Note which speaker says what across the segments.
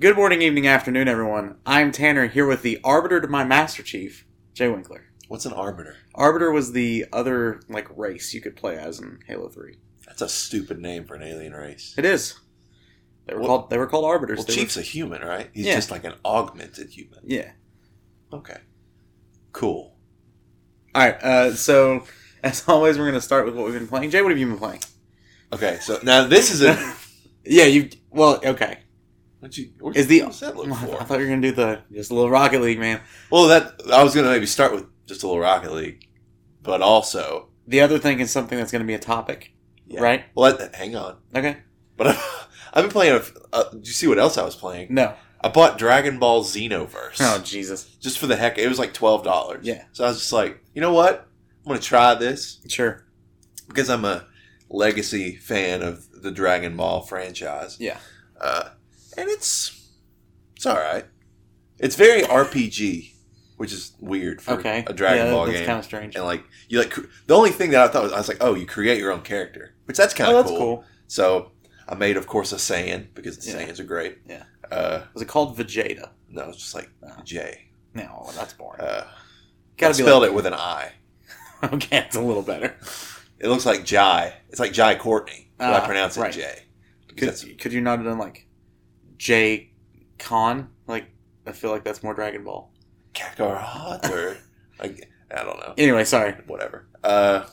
Speaker 1: Good morning, evening, afternoon, everyone. I'm Tanner here with the arbiter to my Master Chief, Jay Winkler.
Speaker 2: What's an arbiter?
Speaker 1: Arbiter was the other like race you could play as in Halo Three.
Speaker 2: That's a stupid name for an alien race.
Speaker 1: It is. They were
Speaker 2: Well-
Speaker 1: called. They were called arbiters.
Speaker 2: Well,
Speaker 1: They were-
Speaker 2: Chief's a human, right? He's
Speaker 1: Yeah.
Speaker 2: just like an augmented human.
Speaker 1: yeah.
Speaker 2: Okay. Cool.
Speaker 1: All right. Uh, so, as always, we're going to start with what we've been playing. Jay, what have you been playing?
Speaker 2: Okay, so now this is a.
Speaker 1: yeah. You. Well. Okay.
Speaker 2: What you, what
Speaker 1: Is the-
Speaker 2: what's that look
Speaker 1: I
Speaker 2: for?
Speaker 1: thought you were going to do the just a little Rocket League, man.
Speaker 2: Well, that I was gonna maybe start with just a little Rocket League, but also,
Speaker 1: The other thing is something that's going to be a topic,
Speaker 2: Yeah.
Speaker 1: right?
Speaker 2: well, that, hang on.
Speaker 1: Okay.
Speaker 2: But I've, I've been playing. A, f- uh, do you see what else I was playing?
Speaker 1: No.
Speaker 2: I bought Dragon Ball Xenoverse
Speaker 1: Oh Jesus.
Speaker 2: just for the heck. It was like twelve dollars.
Speaker 1: Yeah.
Speaker 2: So I was just like, you know what? I'm gonna try this.
Speaker 1: Sure.
Speaker 2: because I'm a legacy fan of the Dragon Ball franchise.
Speaker 1: Yeah.
Speaker 2: Uh, and it's it's all right. It's very RPG, which is weird for
Speaker 1: Okay.
Speaker 2: a Dragon
Speaker 1: yeah,
Speaker 2: Ball
Speaker 1: that's
Speaker 2: game.
Speaker 1: kind of strange.
Speaker 2: and like you like cr- the only thing that I thought was I was like, oh, you create your own character, which that's kind
Speaker 1: Oh,
Speaker 2: of
Speaker 1: that's
Speaker 2: cool.
Speaker 1: cool.
Speaker 2: So I made, of course, a Saiyan because the
Speaker 1: Yeah.
Speaker 2: Saiyans are great.
Speaker 1: Yeah.
Speaker 2: Uh,
Speaker 1: Was it called Vegeta?
Speaker 2: no, it's just like
Speaker 1: Oh.
Speaker 2: J.
Speaker 1: No, that's boring.
Speaker 2: Uh, I
Speaker 1: Gotta be
Speaker 2: spelled
Speaker 1: like,
Speaker 2: it with an I.
Speaker 1: okay, it's a little better.
Speaker 2: It looks like Jai. It's like Jai Courtney, but
Speaker 1: Ah,
Speaker 2: I pronounce it
Speaker 1: right.
Speaker 2: J.
Speaker 1: Could,
Speaker 2: That's-
Speaker 1: could you not have done like J Con? Like I feel like that's more Dragon Ball.
Speaker 2: Kakarot or like I don't know,
Speaker 1: Anyway, sorry.
Speaker 2: whatever. Uh,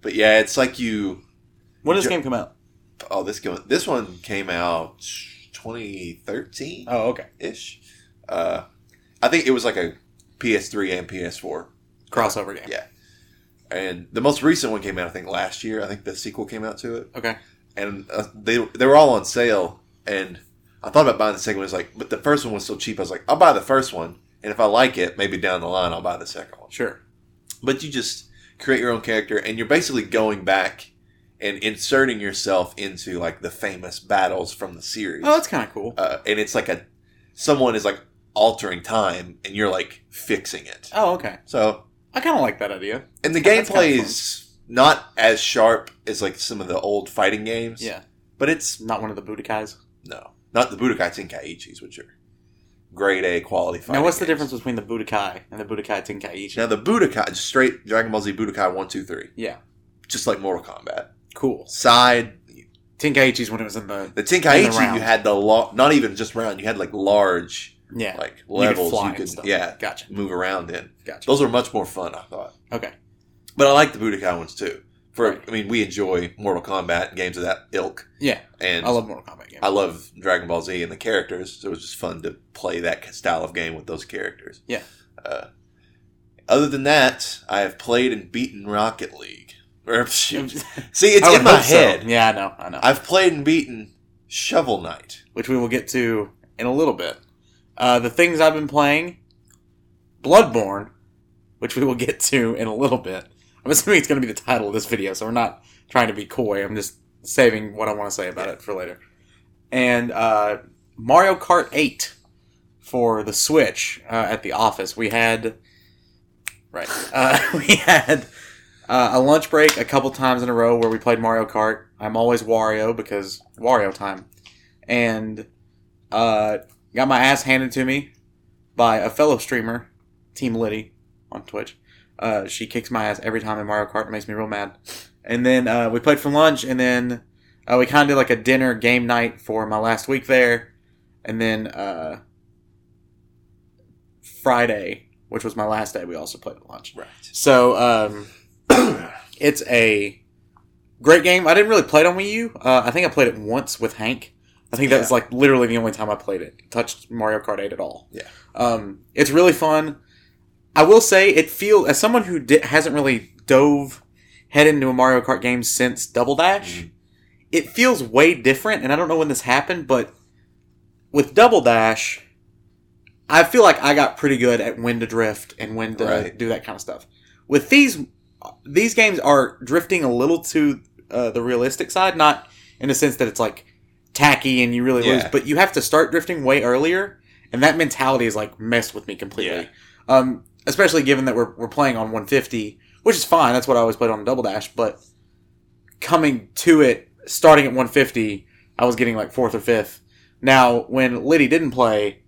Speaker 2: but yeah, it's like you.
Speaker 1: When did this
Speaker 2: Jo-
Speaker 1: game come out?
Speaker 2: Oh, this going this one came out 2013
Speaker 1: Oh, okay.
Speaker 2: ish. Uh, I think it was like a PS3 and PS4,
Speaker 1: Crossover game.
Speaker 2: Yeah. and the most recent one came out I think last year. I think the sequel came out to it,
Speaker 1: Okay.
Speaker 2: and uh, they they were all on sale. And I thought about buying the second one. It's like, but the first one was so cheap. I was like, I'll buy the first one, and if I like it, maybe down the line I'll buy the second one.
Speaker 1: Sure.
Speaker 2: but you just create your own character and you're basically going back and inserting yourself into like the famous battles from the series
Speaker 1: Oh, that's kind of cool.
Speaker 2: uh, and it's like a someone is like altering time and you're like fixing it
Speaker 1: Oh, okay.
Speaker 2: so
Speaker 1: I kind of like that idea.
Speaker 2: and the
Speaker 1: That's kinda
Speaker 2: gameplay is not as sharp as like some of the old fighting games
Speaker 1: Yeah.
Speaker 2: but it's
Speaker 1: Not one of the Budokais.
Speaker 2: no not the budokai tenkaichis which are grade a quality fighting
Speaker 1: Now, what's the
Speaker 2: games.
Speaker 1: difference between the Budokai and the Budokai Tenkaichi?
Speaker 2: now the budokai straight dragon ball z budokai 1 2 3
Speaker 1: Yeah.
Speaker 2: just like mortal kombat
Speaker 1: Cool.
Speaker 2: side
Speaker 1: Tenkaichi's when it was in the
Speaker 2: The
Speaker 1: In the
Speaker 2: Tenkaichi,
Speaker 1: round.
Speaker 2: you had the lo- not even just round. You had like large
Speaker 1: yeah
Speaker 2: like
Speaker 1: You could
Speaker 2: levels
Speaker 1: fly
Speaker 2: you
Speaker 1: and
Speaker 2: could,
Speaker 1: stuff.
Speaker 2: yeah
Speaker 1: Gotcha.
Speaker 2: move around in.
Speaker 1: Gotcha.
Speaker 2: Those are much more fun, I thought.
Speaker 1: Okay.
Speaker 2: But I like the Budokai ones too. For
Speaker 1: Right.
Speaker 2: I mean, we enjoy Mortal Kombat and games of that ilk,
Speaker 1: Yeah.
Speaker 2: and
Speaker 1: I love Mortal Kombat games.
Speaker 2: I love Dragon Ball Z and the characters. So it was just fun to play that style of game with those characters.
Speaker 1: Yeah.
Speaker 2: Uh, other than that, I have played and beaten Rocket League. Or, shoot. See, it's
Speaker 1: I would
Speaker 2: in my
Speaker 1: hope so.
Speaker 2: head.
Speaker 1: Yeah, I know. I know.
Speaker 2: I've played and beaten Shovel Knight.
Speaker 1: which we will get to in a little bit. Uh, the things I've been playing, Bloodborne, which we will get to in a little bit. I'm assuming it's going to be the title of this video, so we're not trying to be coy. I'm just saving what I want to say about it for later. And uh, Mario Kart 8 for the Switch uh, at the office. We had. Right. Uh, we had uh, a lunch break a couple times in a row where we played Mario Kart. I'm always Wario because Wario time and uh, got my ass handed to me by a fellow streamer, Team Liddy, on Twitch. Uh, she kicks my ass every time in Mario Kart. It makes me real mad. And then uh, we played for lunch, and then uh, we kind of did like a dinner game night for my last week there. And then uh, Friday, which was my last day, we also played at lunch.
Speaker 2: Right.
Speaker 1: So um, it's a great game. I didn't really play it on Wii U. Uh, I think I played it once with Hank. I think that was like literally the only time I played it. Touched Mario Kart 8 at all.
Speaker 2: Yeah.
Speaker 1: Um, it's really fun. I will say it feel as someone who di- hasn't really dove head into a Mario Kart game since Double Dash,
Speaker 2: Mhm.
Speaker 1: it feels way different. And I don't know when this happened, but with Double Dash, I feel like I got pretty good at when to drift and when to
Speaker 2: Right.
Speaker 1: do that kind of stuff. With these, these games are drifting a little to uh, the realistic side, not in the sense that it's like tacky and you really lose,
Speaker 2: Yeah.
Speaker 1: but you have to start drifting way earlier, and that mentality is like messed with me completely. Um, especially given that we're, we're playing on 150, which is fine. That's what I always played on Double Dash. But coming to it, starting at 150, I was getting like fourth or fifth. Now, when Liddy didn't play,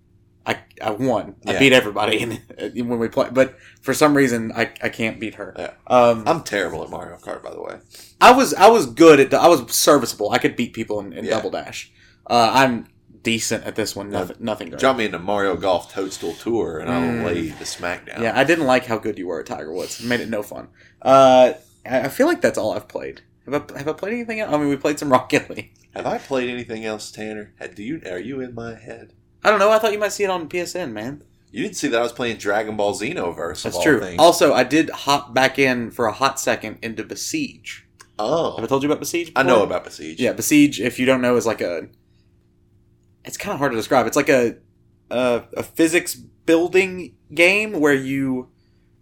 Speaker 1: I, I won. I
Speaker 2: Yeah.
Speaker 1: beat everybody in, when we play. But for some reason, I, I can't beat her.
Speaker 2: Yeah.
Speaker 1: Um,
Speaker 2: I'm terrible at Mario Kart, by the way.
Speaker 1: I was I was good at I was serviceable. I could beat people in, in
Speaker 2: Yeah.
Speaker 1: double dash. Uh, I'm decent at this one. Nothing, nothing great.
Speaker 2: Drop me into Mario Golf Toadstool Tour, and
Speaker 1: Mm.
Speaker 2: I'll lay the smackdown.
Speaker 1: Yeah, I didn't like how good you were at Tiger Woods. It made it no fun. Uh, I I feel like that's all I've played. Have I, have I played anything else? I mean, we played some Rocket League.
Speaker 2: Have I played anything else, Tanner? Had- Do you? Are you in my head?
Speaker 1: I don't know. I thought you might see it on PSN, man.
Speaker 2: You didn't see that I was playing Dragon Ball Xenoverse. of
Speaker 1: That's
Speaker 2: all
Speaker 1: true.
Speaker 2: things.
Speaker 1: Also, I did hop back in for a hot second into Besiege. Have I
Speaker 2: Oh,
Speaker 1: told you about Besiege?
Speaker 2: I know
Speaker 1: before?
Speaker 2: about Besiege.
Speaker 1: Yeah, Besiege. If you don't know, is like a. It's kind of hard to describe. It's like a, a a physics building game where you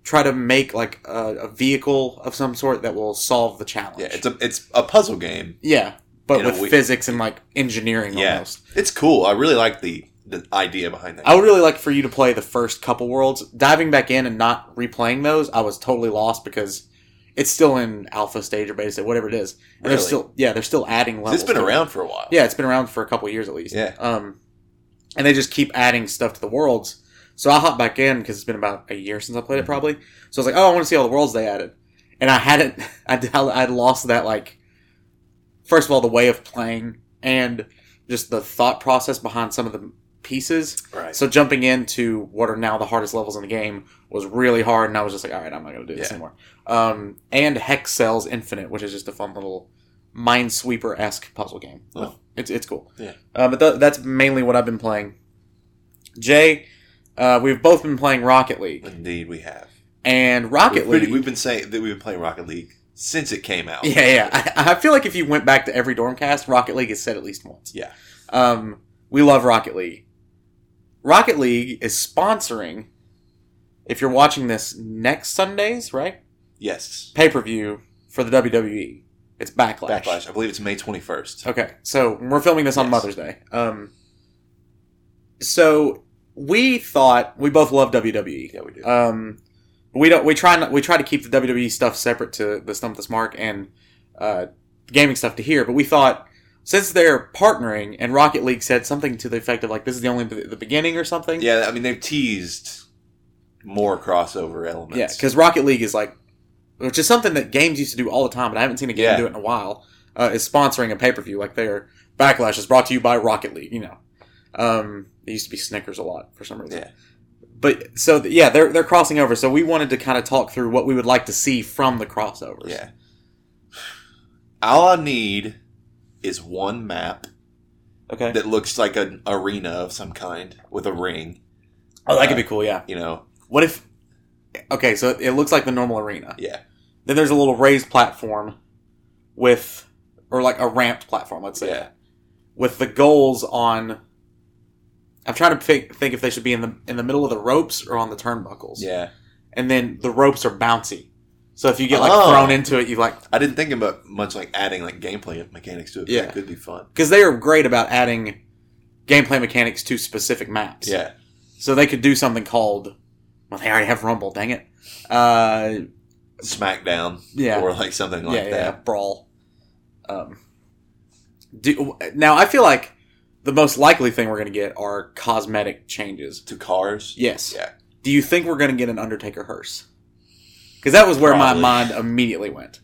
Speaker 1: try to make like a, a vehicle of some sort that will solve the challenge.
Speaker 2: yeah. It's a it's a puzzle game.
Speaker 1: yeah, but
Speaker 2: In a
Speaker 1: with
Speaker 2: week.
Speaker 1: physics and like engineering
Speaker 2: Yeah.
Speaker 1: almost.
Speaker 2: It's cool. I really like the the idea behind that.
Speaker 1: I would really like for you to play the first couple worlds. Diving back in and not replaying those, I was totally lost because it's still in alpha stage or beta stage, whatever it is. And they're
Speaker 2: Really?
Speaker 1: still yeah, they're still adding levels.
Speaker 2: it's been
Speaker 1: to it.
Speaker 2: around for a while.
Speaker 1: Yeah, it's been around for a couple years at least.
Speaker 2: Yeah.
Speaker 1: Um, and they just keep adding stuff to the worlds. So I hopped back in because it's been about a year since I
Speaker 2: Mm-hmm.
Speaker 1: played it, probably. So I was like, oh, I want to see all the worlds they added, and I hadn't. I did- I would lost that like. First of all, the way of playing and just the thought process behind some of the pieces.
Speaker 2: Right.
Speaker 1: So jumping into what are now the hardest levels in the game was really hard, and I was just like, all right, I'm not going to do this
Speaker 2: Yeah.
Speaker 1: anymore. Um, and Hex Cells Infinite, which is just a fun little Minesweeper esque puzzle game.
Speaker 2: Oh.
Speaker 1: It's it's cool.
Speaker 2: Yeah.
Speaker 1: Uh, but th- that's mainly what I've been playing. Jay, uh, we've both been playing Rocket League,
Speaker 2: Indeed, we have.
Speaker 1: and Rocket
Speaker 2: we've, pretty-
Speaker 1: League.
Speaker 2: we've been saying that we've been playing Rocket League since it came out.
Speaker 1: Yeah, yeah. I, I feel like if you went back to every Dormcast, Rocket League is said at least once.
Speaker 2: Yeah.
Speaker 1: Um, we love Rocket League. Rocket League is sponsoring. If you're watching this next Sundays, right?
Speaker 2: Yes.
Speaker 1: Pay per view for the WWE. It's
Speaker 2: Backlash. I believe it's May twenty first.
Speaker 1: Okay, so we're filming this on
Speaker 2: Yes.
Speaker 1: Mother's Day. Um, so we thought we both love E. WWE.
Speaker 2: Yeah, we do.
Speaker 1: Um, we don't. We try not. We try to keep the WWE stuff separate to the Stump This Mark and uh, gaming stuff to here. But we thought since they're partnering and Rocket League said something to the effect of like this is the only the beginning or something.
Speaker 2: yeah, I mean they've teased more crossover elements.
Speaker 1: Yeah, because Rocket League is like, which is something that games used to do all the time, but I haven't seen a game
Speaker 2: Yeah.
Speaker 1: do it in a while. Uh, is sponsoring a pay per view like their backlash is brought to you by Rocket League. You know, um, it used to be Snickers a lot for some reason.
Speaker 2: Yeah.
Speaker 1: But so th- yeah, they're they're crossing over. So we wanted to kind of talk through what we would like to see from the crossovers.
Speaker 2: Yeah. All I need is one map
Speaker 1: Okay.
Speaker 2: that looks like an arena of some kind with a ring.
Speaker 1: oh, that could be cool. Yeah.
Speaker 2: You know,
Speaker 1: What if? Okay, so it looks like the normal arena.
Speaker 2: yeah,
Speaker 1: Then there's a little raised platform with, or like a ramped platform. Let's say.
Speaker 2: yeah.
Speaker 1: with the goals on. I'm trying to pick, think if they should be in the in the middle of the ropes or on the turnbuckles.
Speaker 2: Yeah,
Speaker 1: And then the ropes are bouncy, so if you get like
Speaker 2: Oh.
Speaker 1: thrown into it, you like
Speaker 2: I didn't think about much like adding like gameplay mechanics to it. but
Speaker 1: Yeah.
Speaker 2: that could be fun.
Speaker 1: because they are great about adding gameplay mechanics to specific maps.
Speaker 2: Yeah,
Speaker 1: So they could do something called. Well, they already have Rumble. Dang it. Uh,
Speaker 2: SmackDown
Speaker 1: yeah.
Speaker 2: or like something like
Speaker 1: yeah, yeah,
Speaker 2: that.
Speaker 1: brawl. Um, do, now I feel like the most likely thing we're going to get are cosmetic changes.
Speaker 2: To cars.
Speaker 1: Yes.
Speaker 2: Yeah.
Speaker 1: Do you think we're going to get an Undertaker hearse? Because that was where
Speaker 2: Probably.
Speaker 1: my mind immediately went.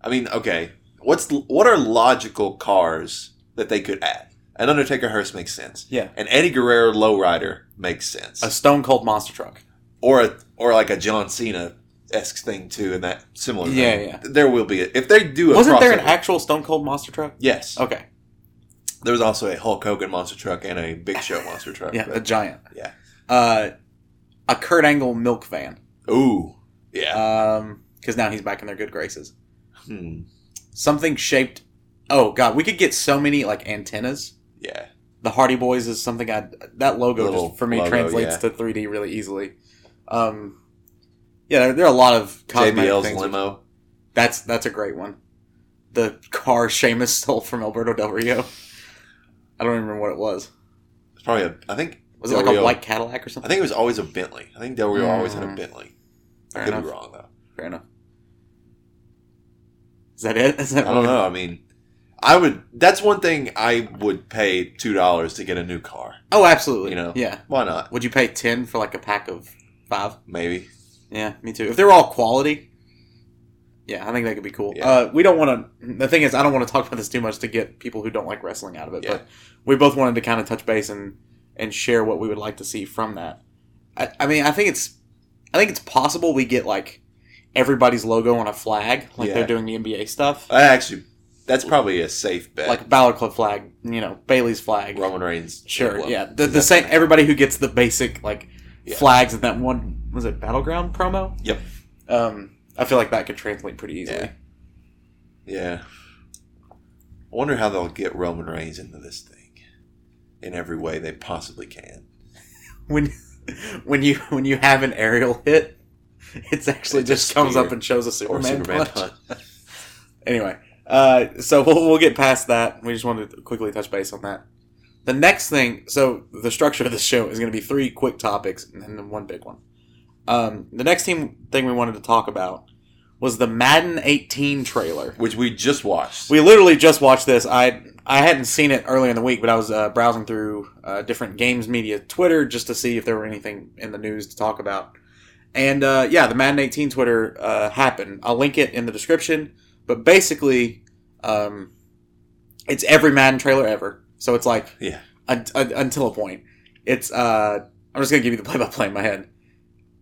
Speaker 2: I mean, okay. What's what are logical cars that they could add? An Undertaker hearse makes sense.
Speaker 1: Yeah.
Speaker 2: An Eddie Guerrero lowrider makes sense.
Speaker 1: A Stone Cold Monster Truck.
Speaker 2: or a or like a John Cena esque thing too, in that similar.
Speaker 1: Yeah,
Speaker 2: vein.
Speaker 1: yeah.
Speaker 2: There will be a, if they do. A
Speaker 1: Wasn't there an Oh.
Speaker 2: crossover-
Speaker 1: actual Stone Cold Monster Truck?
Speaker 2: Yes,
Speaker 1: Okay.
Speaker 2: there was also a Hulk Hogan monster truck and a Big Show monster truck.
Speaker 1: Yeah, a
Speaker 2: but-
Speaker 1: giant.
Speaker 2: Yeah.
Speaker 1: Uh, a Kurt Angle milk van.
Speaker 2: ooh, yeah.
Speaker 1: Because now he's back in their good graces.
Speaker 2: hmm.
Speaker 1: Something shaped. Oh, God. We could get so many, like, antennas.
Speaker 2: Yeah,
Speaker 1: the Hardy Boys is something I that logo
Speaker 2: Little
Speaker 1: just for me
Speaker 2: logo,
Speaker 1: translates to
Speaker 2: yeah.
Speaker 1: 3D really easily. Um, yeah, there, there are a lot of cosmetic
Speaker 2: JBL's
Speaker 1: things.
Speaker 2: limo.
Speaker 1: That's that's a great one. The car Seamus stole from Alberto Del Rio. I don't even remember what it was.
Speaker 2: It's probably a. I think
Speaker 1: Was it
Speaker 2: Del
Speaker 1: like a
Speaker 2: Rio-
Speaker 1: white Cadillac or
Speaker 2: I
Speaker 1: something?
Speaker 2: think it was always a Bentley. I think Del Rio always had a
Speaker 1: Mm.
Speaker 2: Bentley.
Speaker 1: Fair
Speaker 2: I could
Speaker 1: enough.
Speaker 2: be wrong though.
Speaker 1: Fair enough. Is that it? Is that
Speaker 2: I don't know. I mean, I would. That's one thing I would pay two dollars to get a new car.
Speaker 1: Oh, absolutely.
Speaker 2: You know.
Speaker 1: Yeah.
Speaker 2: Why not?
Speaker 1: Would you pay ten for like a pack of five?
Speaker 2: Maybe.
Speaker 1: Yeah, me too. If they're all quality, yeah, I think that could be cool.
Speaker 2: Yeah.
Speaker 1: Uh, we don't want to. The thing is, I don't want to talk about this too much to get people who don't like wrestling out of it.
Speaker 2: Yeah.
Speaker 1: But we both wanted to kind of touch base and and share what we would like to see from that. I, I mean, I think it's, I think it's possible we get like everybody's logo on a flag, like
Speaker 2: Yeah. Uh,
Speaker 1: they're doing the NBA stuff,
Speaker 2: I actually. That's probably a safe bet.
Speaker 1: like Balor Club flag, you know, Bailey's flag.
Speaker 2: Roman Reigns.
Speaker 1: Sure,
Speaker 2: Well,
Speaker 1: yeah, the, the same. Everybody who gets the basic like
Speaker 2: Yeah.
Speaker 1: flags in that one was it battleground promo.
Speaker 2: Yep.
Speaker 1: Um, I feel like that could translate pretty easily.
Speaker 2: Yeah. Yeah. I wonder how they'll get Roman Reigns into this thing in every way they possibly can.
Speaker 1: When when you when you have an aerial hit, it's actually
Speaker 2: It's a
Speaker 1: just comes up
Speaker 2: spear
Speaker 1: and shows a Superman,
Speaker 2: Superman
Speaker 1: punch.
Speaker 2: punch.
Speaker 1: Anyway, uh, so we'll, we'll get past that. We just wanted to quickly touch base on that. The next thing, so the structure of the show is going to be three quick topics and then one big one. Um, the next team thing we wanted to talk about was the Madden 18 trailer.
Speaker 2: Which we just watched.
Speaker 1: We literally just watched this. I I hadn't seen it earlier in the week, but I was uh, browsing through uh, different games media Twitter just to see if there were anything in the news to talk about. And uh, yeah, the Madden 18 Twitter uh, happened. I'll link it in the description. But basically, um, it's every Madden trailer ever. So it's like
Speaker 2: Yeah.
Speaker 1: un- un- until a point. It's uh, I'm just gonna give you the play-by-play in my head.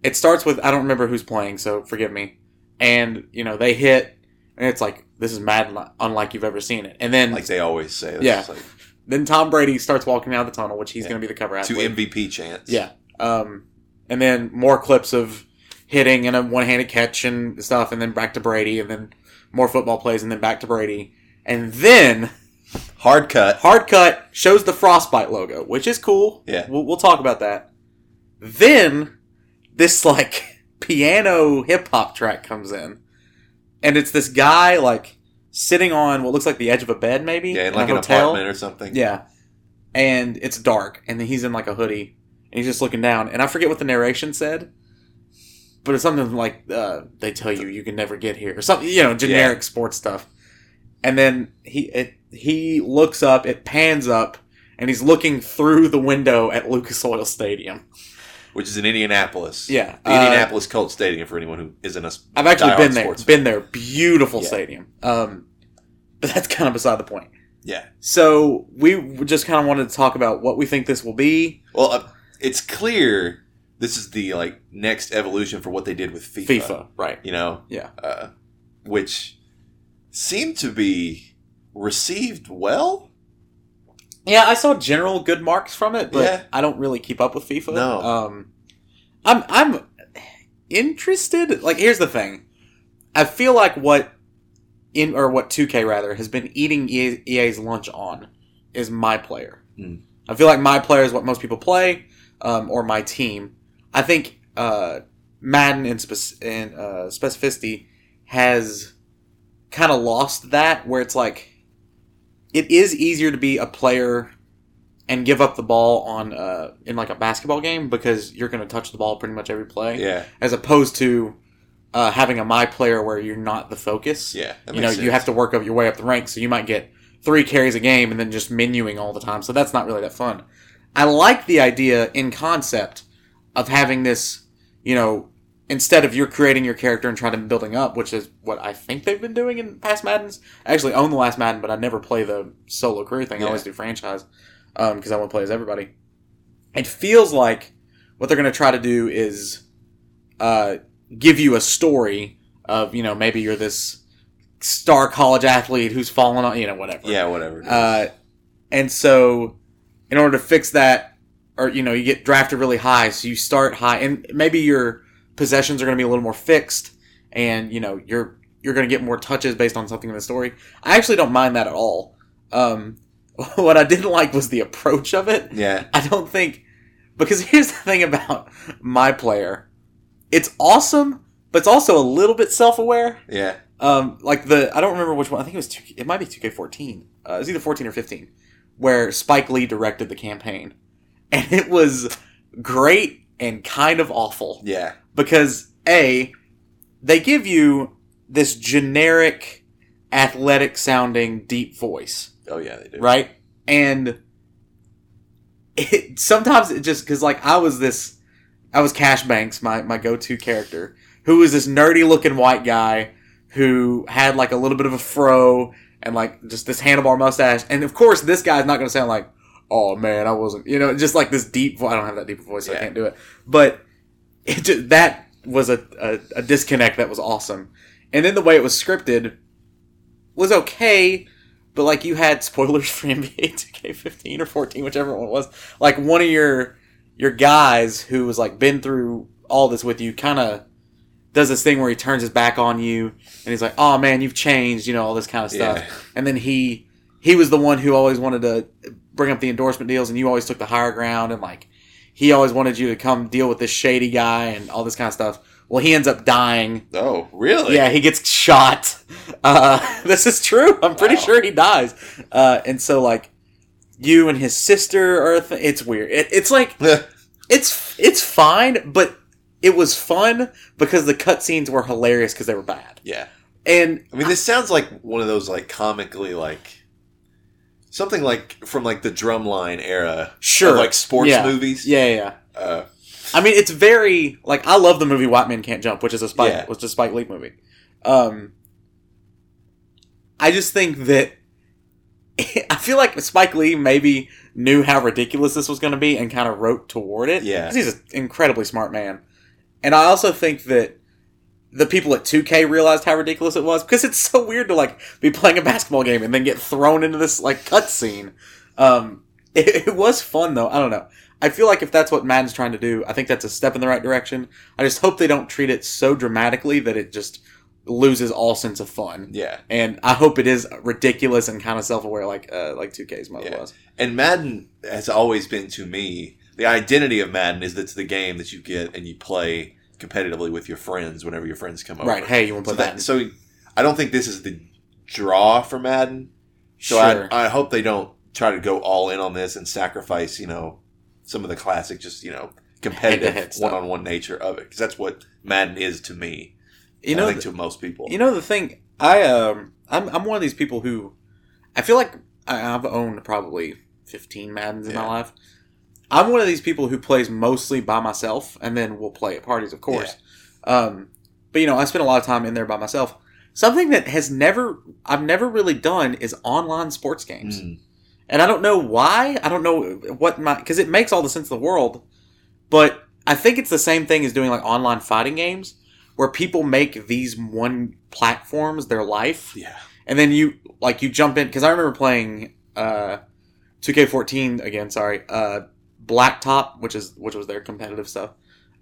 Speaker 1: It starts with I don't remember who's playing, so forgive me. And you know they hit, and it's like this is Madden li- unlike you've ever seen it. And then
Speaker 2: like they always say. It's
Speaker 1: Yeah.
Speaker 2: just Like
Speaker 1: then Tom Brady starts walking out of the tunnel, which he's
Speaker 2: Yeah.
Speaker 1: gonna be the cover
Speaker 2: two
Speaker 1: athlete.
Speaker 2: MVP chance.
Speaker 1: Yeah. Um, and then more clips of hitting and a one-handed catch and stuff, and then back to Brady, and then more football plays, and then back to Brady, and then
Speaker 2: Hard cut.
Speaker 1: hard cut shows the frostbite logo which is cool
Speaker 2: Yeah.
Speaker 1: we'll, we'll talk about that then this like piano hip-hop track comes in and it's this guy like sitting on what looks like the edge of a bed maybe
Speaker 2: Yeah, in
Speaker 1: in
Speaker 2: like
Speaker 1: a
Speaker 2: an
Speaker 1: hotel.
Speaker 2: apartment or something.
Speaker 1: yeah and it's dark and he's in like a hoodie and he's just looking down and i forget what the narration said but it's something like uh, they tell you you can never get here or something you know generic sports stuff and then he it, he looks up it pans up and he's looking through the window at lucas oil stadium
Speaker 2: Which is in Indianapolis.
Speaker 1: yeah Uh,
Speaker 2: The Indianapolis Colts Stadium for anyone who isn't a
Speaker 1: I've actually
Speaker 2: diehard
Speaker 1: been there.
Speaker 2: sports
Speaker 1: Been there. Beautiful
Speaker 2: Yeah.
Speaker 1: stadium. Um, but that's kind of beside the point.
Speaker 2: Yeah.
Speaker 1: So we just kind of wanted to talk about what we think this will be.
Speaker 2: Well, uh, it's clear this is the like next evolution for what they did with
Speaker 1: FIFA, right?
Speaker 2: you know?
Speaker 1: Yeah.
Speaker 2: Uh, which seemed to be received well.
Speaker 1: Yeah, I saw general good marks from it, but
Speaker 2: Yeah.
Speaker 1: I don't really keep up with FIFA.
Speaker 2: No.
Speaker 1: Um, I'm I'm interested. Like, here's the thing. I feel like what in or what 2K rather has been eating E EA, EA's lunch on is my player.
Speaker 2: Mm.
Speaker 1: I feel like my player is what most people play, um, or my team. I think uh, Madden and, spec- and uh, specificity has kind of lost that, where it's like it is easier to be a player and give up the ball on uh, in like a basketball game because you're going to touch the ball pretty much every play,
Speaker 2: Yeah.
Speaker 1: as opposed to uh, having a my player where you're not the focus.
Speaker 2: Yeah. that
Speaker 1: you
Speaker 2: makes
Speaker 1: know, you
Speaker 2: sense.
Speaker 1: have to work up your way up the ranks, so you might get three carries a game and then just menuing all the time. So that's not really that fun. I like the idea in concept of having this, you know, instead of you're creating your character and trying to building up, which is what I think they've been doing in past Maddens. I actually own the last Madden, but I never play the solo career thing. I
Speaker 2: Yeah.
Speaker 1: always do franchise because I want to play as everybody. It feels like what they're going to try to do is uh, give you a story of you know maybe you're this star college athlete who's fallen on you know whatever
Speaker 2: Yeah, whatever.
Speaker 1: uh, and so, in order to fix that, or you know, you get drafted really high, so you start high, and maybe your possessions are going to be a little more fixed, and you know, you're you're going to get more touches based on something in the story. I actually don't mind that at all. Um, what I didn't like was the approach of it.
Speaker 2: yeah.
Speaker 1: I don't think because here's the thing about my player, it's awesome, but it's also a little bit self aware.
Speaker 2: Yeah.
Speaker 1: Um, like the I don't remember which one. I think it was two. It might be two K fourteen. Uh, it was either fourteen or fifteen, where Spike Lee directed the campaign, and it was great and kind of awful
Speaker 2: Yeah.
Speaker 1: because a they give you this generic, athletic sounding deep voice,
Speaker 2: Oh yeah, they do.
Speaker 1: right? And it sometimes it just because like I was this, I was Cash Banks, my my go to character, who was this nerdy looking white guy who had like a little bit of a fro and like just this handlebar mustache, and of course this guy's not going to sound like, oh man, I wasn't, you know, just like this deep. vo- I don't have that deep voice, so I
Speaker 2: Yeah.
Speaker 1: can't do it, but it just, that was a, a, a disconnect that was awesome. And then the way it was scripted was okay, but like you had spoilers for NBA 2K15 or 14, whichever one it was. Like one of your your guys who was like been through all this with you kind of does this thing where he turns his back on you and he's like, "Oh man, you've changed," you know, all this kind of stuff.
Speaker 2: Yeah.
Speaker 1: And then he he was the one who always wanted to bring up the endorsement deals, and you always took the higher ground, and like he always wanted you to come deal with this shady guy and all this kind of stuff. Well, he ends up dying.
Speaker 2: Oh really?
Speaker 1: Yeah, he gets shot. Uh, this is true. I'm pretty
Speaker 2: Wow.
Speaker 1: sure he dies. Uh, and so like you and his sister are. A th- it's weird. It, it's like it's it's fine, but it was fun because the cutscenes were hilarious because they were bad.
Speaker 2: yeah.
Speaker 1: And
Speaker 2: I mean, this sounds like one of those like comically like something like from like the drumline era,
Speaker 1: sure,
Speaker 2: of, like sports
Speaker 1: yeah.
Speaker 2: movies.
Speaker 1: Yeah, yeah, yeah.
Speaker 2: Uh,
Speaker 1: I mean, it's very like I love the movie White Men Can't Jump, which is a Spike,
Speaker 2: Yeah.
Speaker 1: which is a Spike Lee movie. Um, I just think that I feel like Spike Lee maybe knew how ridiculous this was going to be and kind of wrote toward it.
Speaker 2: Yeah.
Speaker 1: 'Cause he's an incredibly smart man, and I also think that the people at 2K realized how ridiculous it was because it's so weird to like be playing a basketball game and then get thrown into this like cutscene. Um, it, it was fun though. I don't know. I feel like if that's what Madden's trying to do, I think that's a step in the right direction. I just hope they don't treat it so dramatically that it just loses all sense of fun.
Speaker 2: yeah.
Speaker 1: And I hope it is ridiculous and kind of self-aware, like uh, like 2K's mother
Speaker 2: Yeah.
Speaker 1: was.
Speaker 2: And Madden has always been to me the identity of Madden is that's the game that you get and you play competitively with your friends whenever your friends come over.
Speaker 1: Right? Hey, you want to
Speaker 2: So
Speaker 1: play
Speaker 2: that
Speaker 1: Madden?
Speaker 2: so I don't think this is the draw for Madden. So
Speaker 1: Sure.
Speaker 2: I I hope they don't try to go all in on this and sacrifice you know some of the classic just you know competitive
Speaker 1: Head-to-head stuff.
Speaker 2: one on one nature of it because that's what Madden is to me.
Speaker 1: you
Speaker 2: I
Speaker 1: know,
Speaker 2: think to most people.
Speaker 1: You know the thing, I um, I'm I'm one of these people who, I feel like I, I've owned probably 15 Maddens in my
Speaker 2: Yeah.
Speaker 1: life. I'm one of these people who plays mostly by myself, and then we'll play at parties, of course. Um, but you know, I spend a lot of time in there by myself. Something that has never, I've never really done is online sports games,
Speaker 2: Mm.
Speaker 1: and I don't know why. I don't know what my because it makes all the sense in the world, but I think it's the same thing as doing like online fighting games where people make these one platforms their life
Speaker 2: Yeah.
Speaker 1: and then you like you jump in because I remember playing uh, 2K14 again. Sorry, uh, Blacktop, which is which was their competitive stuff,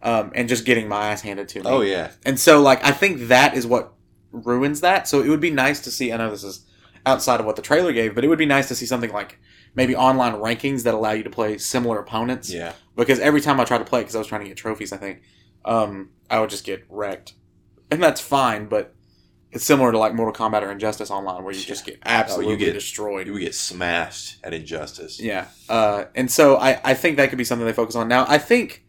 Speaker 1: um, and just getting my ass handed to me.
Speaker 2: Oh yeah.
Speaker 1: And so like I think that is what ruins that. So it would be nice to see I know this is outside of what the trailer gave, but it would be nice to see something like maybe online rankings that allow you to play similar opponents
Speaker 2: Yeah.
Speaker 1: because every time I tried to play because I was trying to get trophies, I think um, I would just get wrecked, and that's fine. But it's similar to like Mortal Kombat or Injustice Online, where you just get absolutely
Speaker 2: get-
Speaker 1: destroyed.
Speaker 2: Oh, You would get smashed at injustice.
Speaker 1: yeah, uh, and so I I think that could be something they focus on now. I think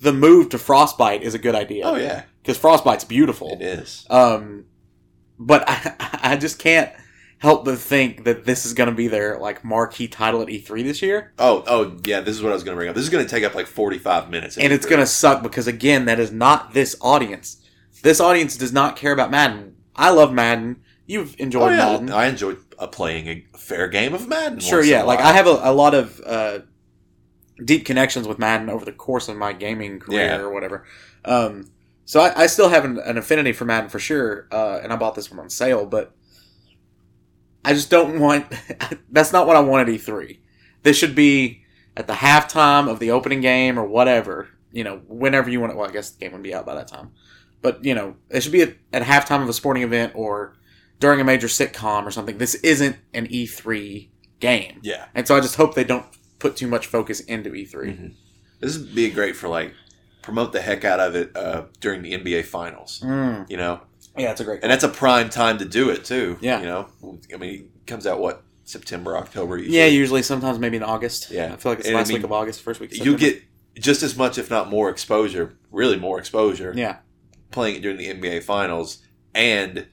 Speaker 1: the move to Frostbite is a good idea.
Speaker 2: Oh yeah.
Speaker 1: because Frostbite's beautiful.
Speaker 2: It is.
Speaker 1: Um, but I, I just can't help but think that this is going to be their like marquee title at E3 this year.
Speaker 2: Oh oh yeah. This is what I was going to bring up. This is going to take up like forty five minutes.
Speaker 1: and it's going to suck because again that is not this audience this audience does not care about madden i love madden you've
Speaker 2: Oh
Speaker 1: enjoyed
Speaker 2: yeah.
Speaker 1: madden
Speaker 2: I enjoy uh, playing a fair game of Madden.
Speaker 1: sure
Speaker 2: once in
Speaker 1: yeah
Speaker 2: a
Speaker 1: like
Speaker 2: while.
Speaker 1: i have a, a lot of uh, deep connections with madden over the course of my gaming career
Speaker 2: Yeah.
Speaker 1: or whatever um, so I, I still have an, an affinity for madden for sure uh, and i bought this one on sale but i just don't want that's not what i want at e3 this should be at the halftime of the opening game or whatever you know whenever you want it well i guess the game would be out by that time but you know it should be at, at halftime of a sporting event or during a major sitcom or something this isn't an e3 game
Speaker 2: Yeah.
Speaker 1: and so I just hope they don't put too much focus into E E3.
Speaker 2: Mhm. This would be great for like promote the heck out of it uh, during the NBA finals.
Speaker 1: Mm.
Speaker 2: You know,
Speaker 1: Yeah, it's a great.
Speaker 2: and that's a prime time to do it too.
Speaker 1: Yeah.
Speaker 2: you know, I mean, it comes out what September, October. Usually.
Speaker 1: Yeah, usually sometimes maybe in August.
Speaker 2: Yeah.
Speaker 1: I feel like it's
Speaker 2: And I
Speaker 1: last
Speaker 2: mean,
Speaker 1: week of August, first week. Of
Speaker 2: you
Speaker 1: September.
Speaker 2: get just as much, if not more, exposure. Really, more exposure
Speaker 1: yeah,
Speaker 2: playing it during the NBA Finals, and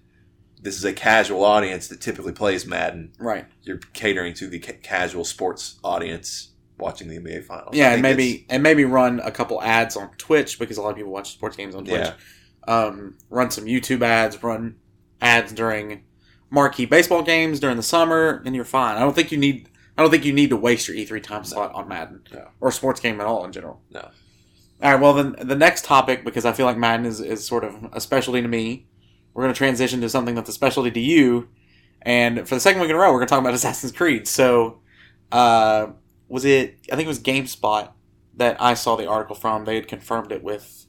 Speaker 2: this is a casual audience that typically plays Madden.
Speaker 1: Right.
Speaker 2: You're catering to the ca- casual sports audience watching the NBA Finals. I
Speaker 1: Yeah, and
Speaker 2: think
Speaker 1: maybe and maybe run a couple ads on Twitch because a lot of people watch sports games on Twitch.
Speaker 2: Yeah.
Speaker 1: Um, run some YouTube ads, run ads during marquee baseball games during the summer, and you're fine. I don't think you need I don't think you need to waste your E3 time slot on Madden
Speaker 2: No.
Speaker 1: or sports game at all in general.
Speaker 2: No.
Speaker 1: All right. Well, then the next topic because I feel like Madden is is sort of a specialty to me. We're going to transition to something that's a specialty to you, and for the second week in a row, we're going to talk about Assassin's Creed. So. Uh, was it I think it was GameSpot that I saw the article from. They had confirmed it with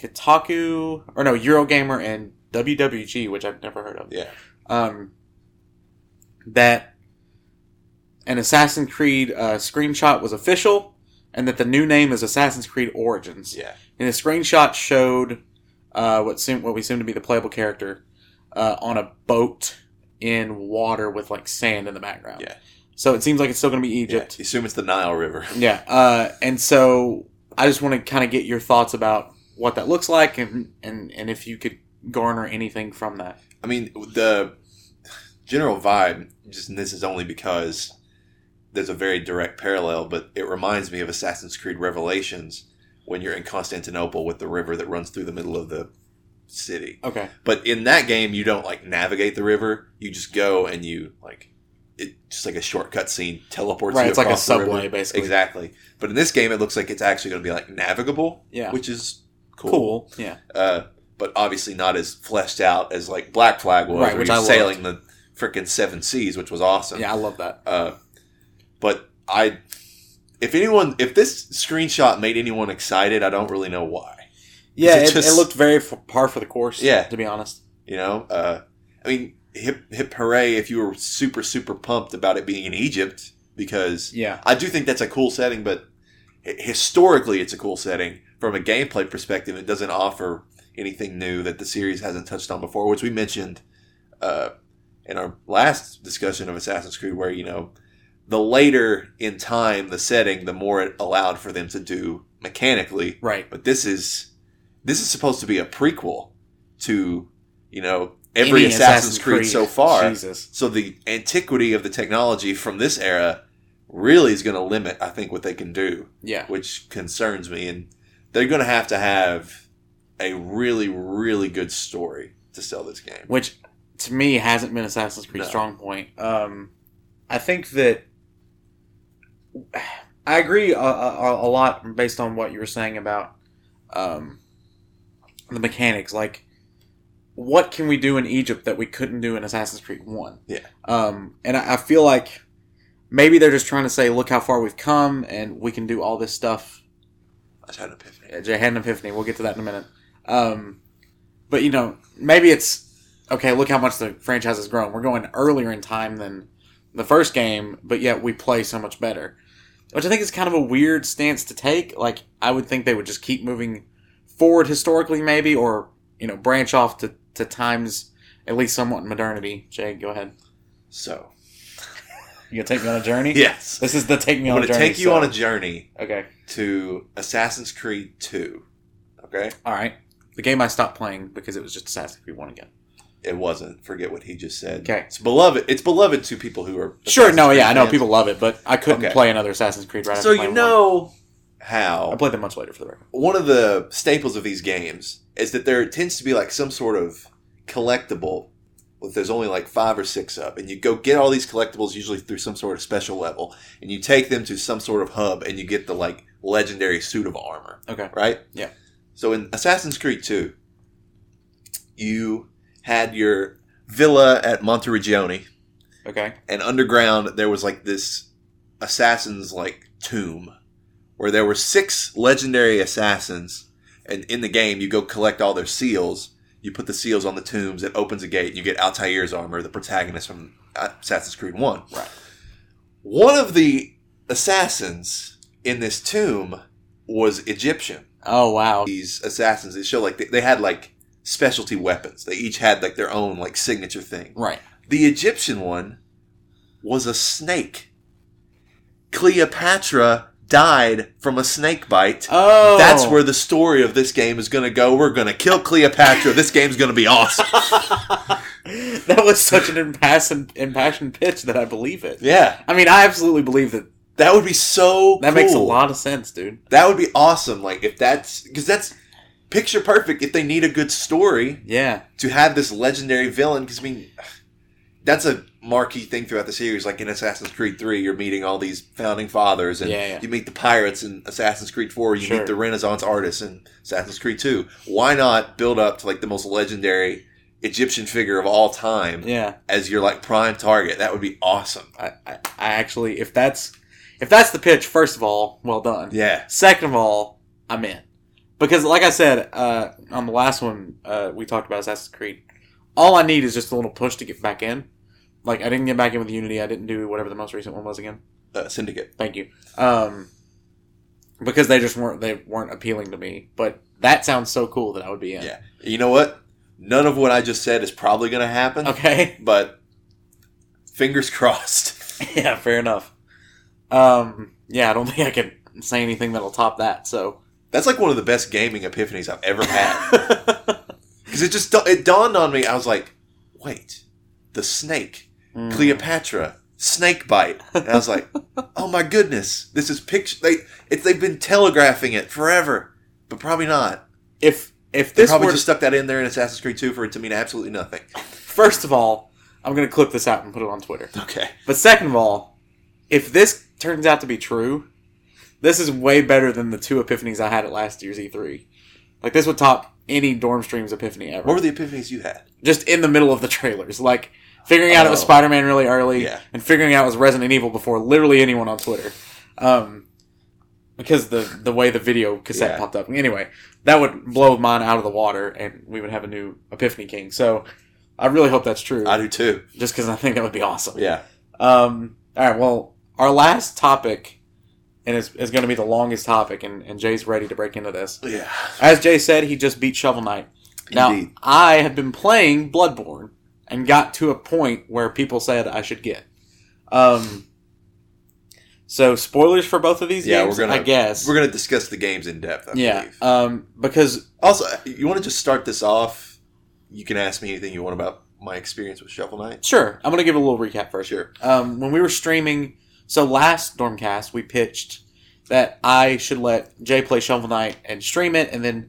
Speaker 1: Kotaku or no Eurogamer and WWG, which I've never heard of.
Speaker 2: yeah,
Speaker 1: Um, that an Assassin's Creed uh, screenshot was official, and that the new name is Assassin's Creed Origins.
Speaker 2: yeah,
Speaker 1: And the screenshot showed uh, what seemed what we seemed to be the playable character uh, on a boat in water with like sand in the background.
Speaker 2: Yeah.
Speaker 1: So it seems like it's still going to be
Speaker 2: yeah.
Speaker 1: Egypt.
Speaker 2: Assume it's the Nile River.
Speaker 1: Yeah, uh, and so I just want to kind of get your thoughts about what that looks like, and and and if you could garner anything from that.
Speaker 2: I mean, the general vibe, just and this is only because there's a very direct parallel, but it reminds me of Assassin's Creed Revelations when you're in Constantinople with the river that runs through the middle of the city.
Speaker 1: Okay.
Speaker 2: But in that game, you don't like navigate the river; you just go and you like it, just like a shortcut scene teleports.
Speaker 1: Right,
Speaker 2: you
Speaker 1: it's like a
Speaker 2: across the river.
Speaker 1: subway, basically.
Speaker 2: Exactly. But in this game, it looks like it's actually going to be like navigable,
Speaker 1: Yeah.
Speaker 2: which is cool.
Speaker 1: Cool. Yeah.
Speaker 2: Uh, but obviously not as fleshed out as like Black Flag was,
Speaker 1: Right,
Speaker 2: where
Speaker 1: which
Speaker 2: you're
Speaker 1: I loved.
Speaker 2: sailing the freaking seven seas, which was awesome.
Speaker 1: Yeah, I love that.
Speaker 2: Uh, but I, if anyone, if this screenshot made anyone excited, I don't really know why.
Speaker 1: Yeah,
Speaker 2: it
Speaker 1: it,
Speaker 2: just-
Speaker 1: it looked very f- par for the course.
Speaker 2: Yeah.
Speaker 1: To be honest.
Speaker 2: You know, uh, I mean, hip hip hooray if you were super super pumped about it being in Egypt because
Speaker 1: Yeah.
Speaker 2: I do think that's a cool setting, but hi- historically, it's a cool setting from a gameplay perspective. It doesn't offer anything new that the series hasn't touched on before, which we mentioned uh, in our last discussion of Assassin's Creed, where you know the later in time the setting, the more it allowed for them to do mechanically.
Speaker 1: Right.
Speaker 2: But this is this is supposed to be a prequel to you know every
Speaker 1: Any
Speaker 2: Assassin's, Creed, so far.
Speaker 1: Jesus.
Speaker 2: So the antiquity of the technology from this era really is going to limit, I think, what they can do,
Speaker 1: Yeah.
Speaker 2: which concerns me. And they're going to have to have a really, really good story to sell this game.
Speaker 1: which to me hasn't been Assassin's Creed's
Speaker 2: No.
Speaker 1: strong point. Um, I think that I agree a, a, a lot based on what you were saying about um, the mechanics. Like, what can we do in Egypt that we couldn't do in Assassin's Creed One?
Speaker 2: Yeah.
Speaker 1: Um, and I, I feel like maybe they're just trying to say, look how far we've come, and we can do all this stuff
Speaker 2: I just had an epiphany.
Speaker 1: yeah, Jay had an epiphany. We'll get to that in a minute. Um, but you know, maybe it's okay. Look how much the franchise has grown. We're going earlier in time than the first game, but yet we play so much better. Which I think is kind of a weird stance to take. Like I would think they would just keep moving forward historically, maybe, or you know, branch off to, to times at least somewhat in modernity. Jay, go ahead.
Speaker 2: So,
Speaker 1: You gonna take me on a journey?
Speaker 2: yes.
Speaker 1: This is the take me
Speaker 2: I'm
Speaker 1: on
Speaker 2: going
Speaker 1: a
Speaker 2: to
Speaker 1: journey.
Speaker 2: take you
Speaker 1: so-
Speaker 2: on a journey
Speaker 1: okay.
Speaker 2: to Assassin's Creed 2. Okay?
Speaker 1: All right. The game I stopped playing because it was just Assassin's Creed One again.
Speaker 2: It wasn't. Forget what he just said.
Speaker 1: Okay.
Speaker 2: It's beloved. It's beloved to people who are.
Speaker 1: Sure, no,
Speaker 2: Assassin's
Speaker 1: yeah, I know
Speaker 2: Creed
Speaker 1: people love it, but I couldn't
Speaker 2: Okay.
Speaker 1: play another Assassin's Creed right
Speaker 2: fans.
Speaker 1: after
Speaker 2: So
Speaker 1: playing
Speaker 2: you know how.
Speaker 1: one. I played them much later for the record.
Speaker 2: one of the staples of these games is that there tends to be like some sort of collectible if there's only like five or six up and you go get all these collectibles usually through some sort of special level and you take them to some sort of hub and you get the like legendary suit of armor
Speaker 1: Okay.
Speaker 2: right
Speaker 1: Yeah.
Speaker 2: so in assassin's creed 2 you had your villa at monteriggioni
Speaker 1: Okay.
Speaker 2: and underground there was like this assassin's like tomb where there were six legendary assassins and in the game you go collect all their seals you put the seals on the tombs it opens a gate and you get altair's armor the protagonist from uh, assassin's creed 1
Speaker 1: Right.
Speaker 2: one of the assassins in this tomb was egyptian
Speaker 1: Oh wow.
Speaker 2: these assassins they show like they, they had like specialty weapons they each had like their own like signature thing
Speaker 1: Right.
Speaker 2: the Egyptian one was a snake. Cleopatra died from a snake bite.
Speaker 1: Oh,
Speaker 2: That's where the story of this game is going to go. We're going to kill Cleopatra. this game's going to be awesome.
Speaker 1: that was such an impassioned, impassioned pitch that I believe it.
Speaker 2: Yeah,
Speaker 1: I mean, I absolutely believe that.
Speaker 2: that would be so.
Speaker 1: That makes a
Speaker 2: cool.
Speaker 1: lot of sense, dude.
Speaker 2: That would be awesome. Like if that's because that's picture perfect. If they need a good story
Speaker 1: Yeah,
Speaker 2: to have this legendary villain, because I mean, that's a marquee thing throughout the series. Like in Assassin's Creed Three, you're meeting all these founding fathers, and
Speaker 1: Yeah, yeah.
Speaker 2: you meet the pirates in Assassin's Creed Four. You
Speaker 1: Sure.
Speaker 2: meet the Renaissance artists in Assassin's Creed Two. Why not build up to like the most legendary Egyptian figure of all time
Speaker 1: yeah.
Speaker 2: as your like prime target? That would be awesome.
Speaker 1: I, I, I actually, if that's if that's the pitch, first of all, well done.
Speaker 2: Yeah,
Speaker 1: Second of all, I'm in. Because, like I said uh, on the last one, uh, we talked about Assassin's Creed. All I need is just a little push to get back in. Like, I didn't get back in with Unity. I didn't do whatever the most recent one was again.
Speaker 2: uh, Syndicate.
Speaker 1: Thank you. Um, because they just weren't they weren't appealing to me. But that sounds so cool that I would be in.
Speaker 2: Yeah. You know what? None of what I just said is probably going to happen.
Speaker 1: Okay.
Speaker 2: but fingers crossed.
Speaker 1: yeah. Fair enough. Um, yeah. I don't think I can say anything that'll top that. So.
Speaker 2: That's like one of the best gaming epiphanies I've ever had because it just da- it dawned on me. I was like, wait, the snake,
Speaker 1: Mm.
Speaker 2: Cleopatra, snake bite, and I was like, oh my goodness, this is picture. They it, they've been telegraphing it forever, but probably not.
Speaker 1: If if
Speaker 2: They
Speaker 1: this
Speaker 2: probably
Speaker 1: were
Speaker 2: just stuck that in there in Assassin's Creed 2 for it to mean absolutely nothing.
Speaker 1: First of all, I'm going to clip this out and put it on Twitter.
Speaker 2: Okay.
Speaker 1: But second of all, if this turns out to be true, this is way better than the two epiphanies I had at last year's E3. Like this would top any dorm streams epiphany ever.
Speaker 2: What were the epiphanies you had?
Speaker 1: Just in the middle of the trailers, like figuring out it was
Speaker 2: Oh.
Speaker 1: Spider-Man really early,
Speaker 2: Yeah.
Speaker 1: and figuring out it was Resident Evil before literally anyone on Twitter, um, because the the way the video cassette
Speaker 2: Yeah.
Speaker 1: popped up. Anyway, that would blow mine out of the water, and we would have a new Epiphany King. So, I really hope that's true
Speaker 2: I do too.
Speaker 1: just because I think that would be awesome.
Speaker 2: Yeah.
Speaker 1: Um, all right. Well, our last topic, and it's, it's going to be the longest topic, and, and Jay's ready to break into this.
Speaker 2: Yeah.
Speaker 1: As Jay said, he just beat Shovel Knight. Now,
Speaker 2: Indeed.
Speaker 1: I have been playing Bloodborne and got to a point where people said I should get. Um, so, spoilers for both of these
Speaker 2: Yeah,
Speaker 1: games,
Speaker 2: we're gonna-
Speaker 1: I guess.
Speaker 2: We're going to discuss the games in depth, I
Speaker 1: yeah,
Speaker 2: believe.
Speaker 1: um, because
Speaker 2: Also, you want to just start this off? You can ask me anything you want about my experience with Shovel Knight.
Speaker 1: sure, I'm going to give a little recap first.
Speaker 2: Sure.
Speaker 1: um, when we were streaming, so last Stormcast, we pitched that I should let Jay play Shovel Knight and stream it, and then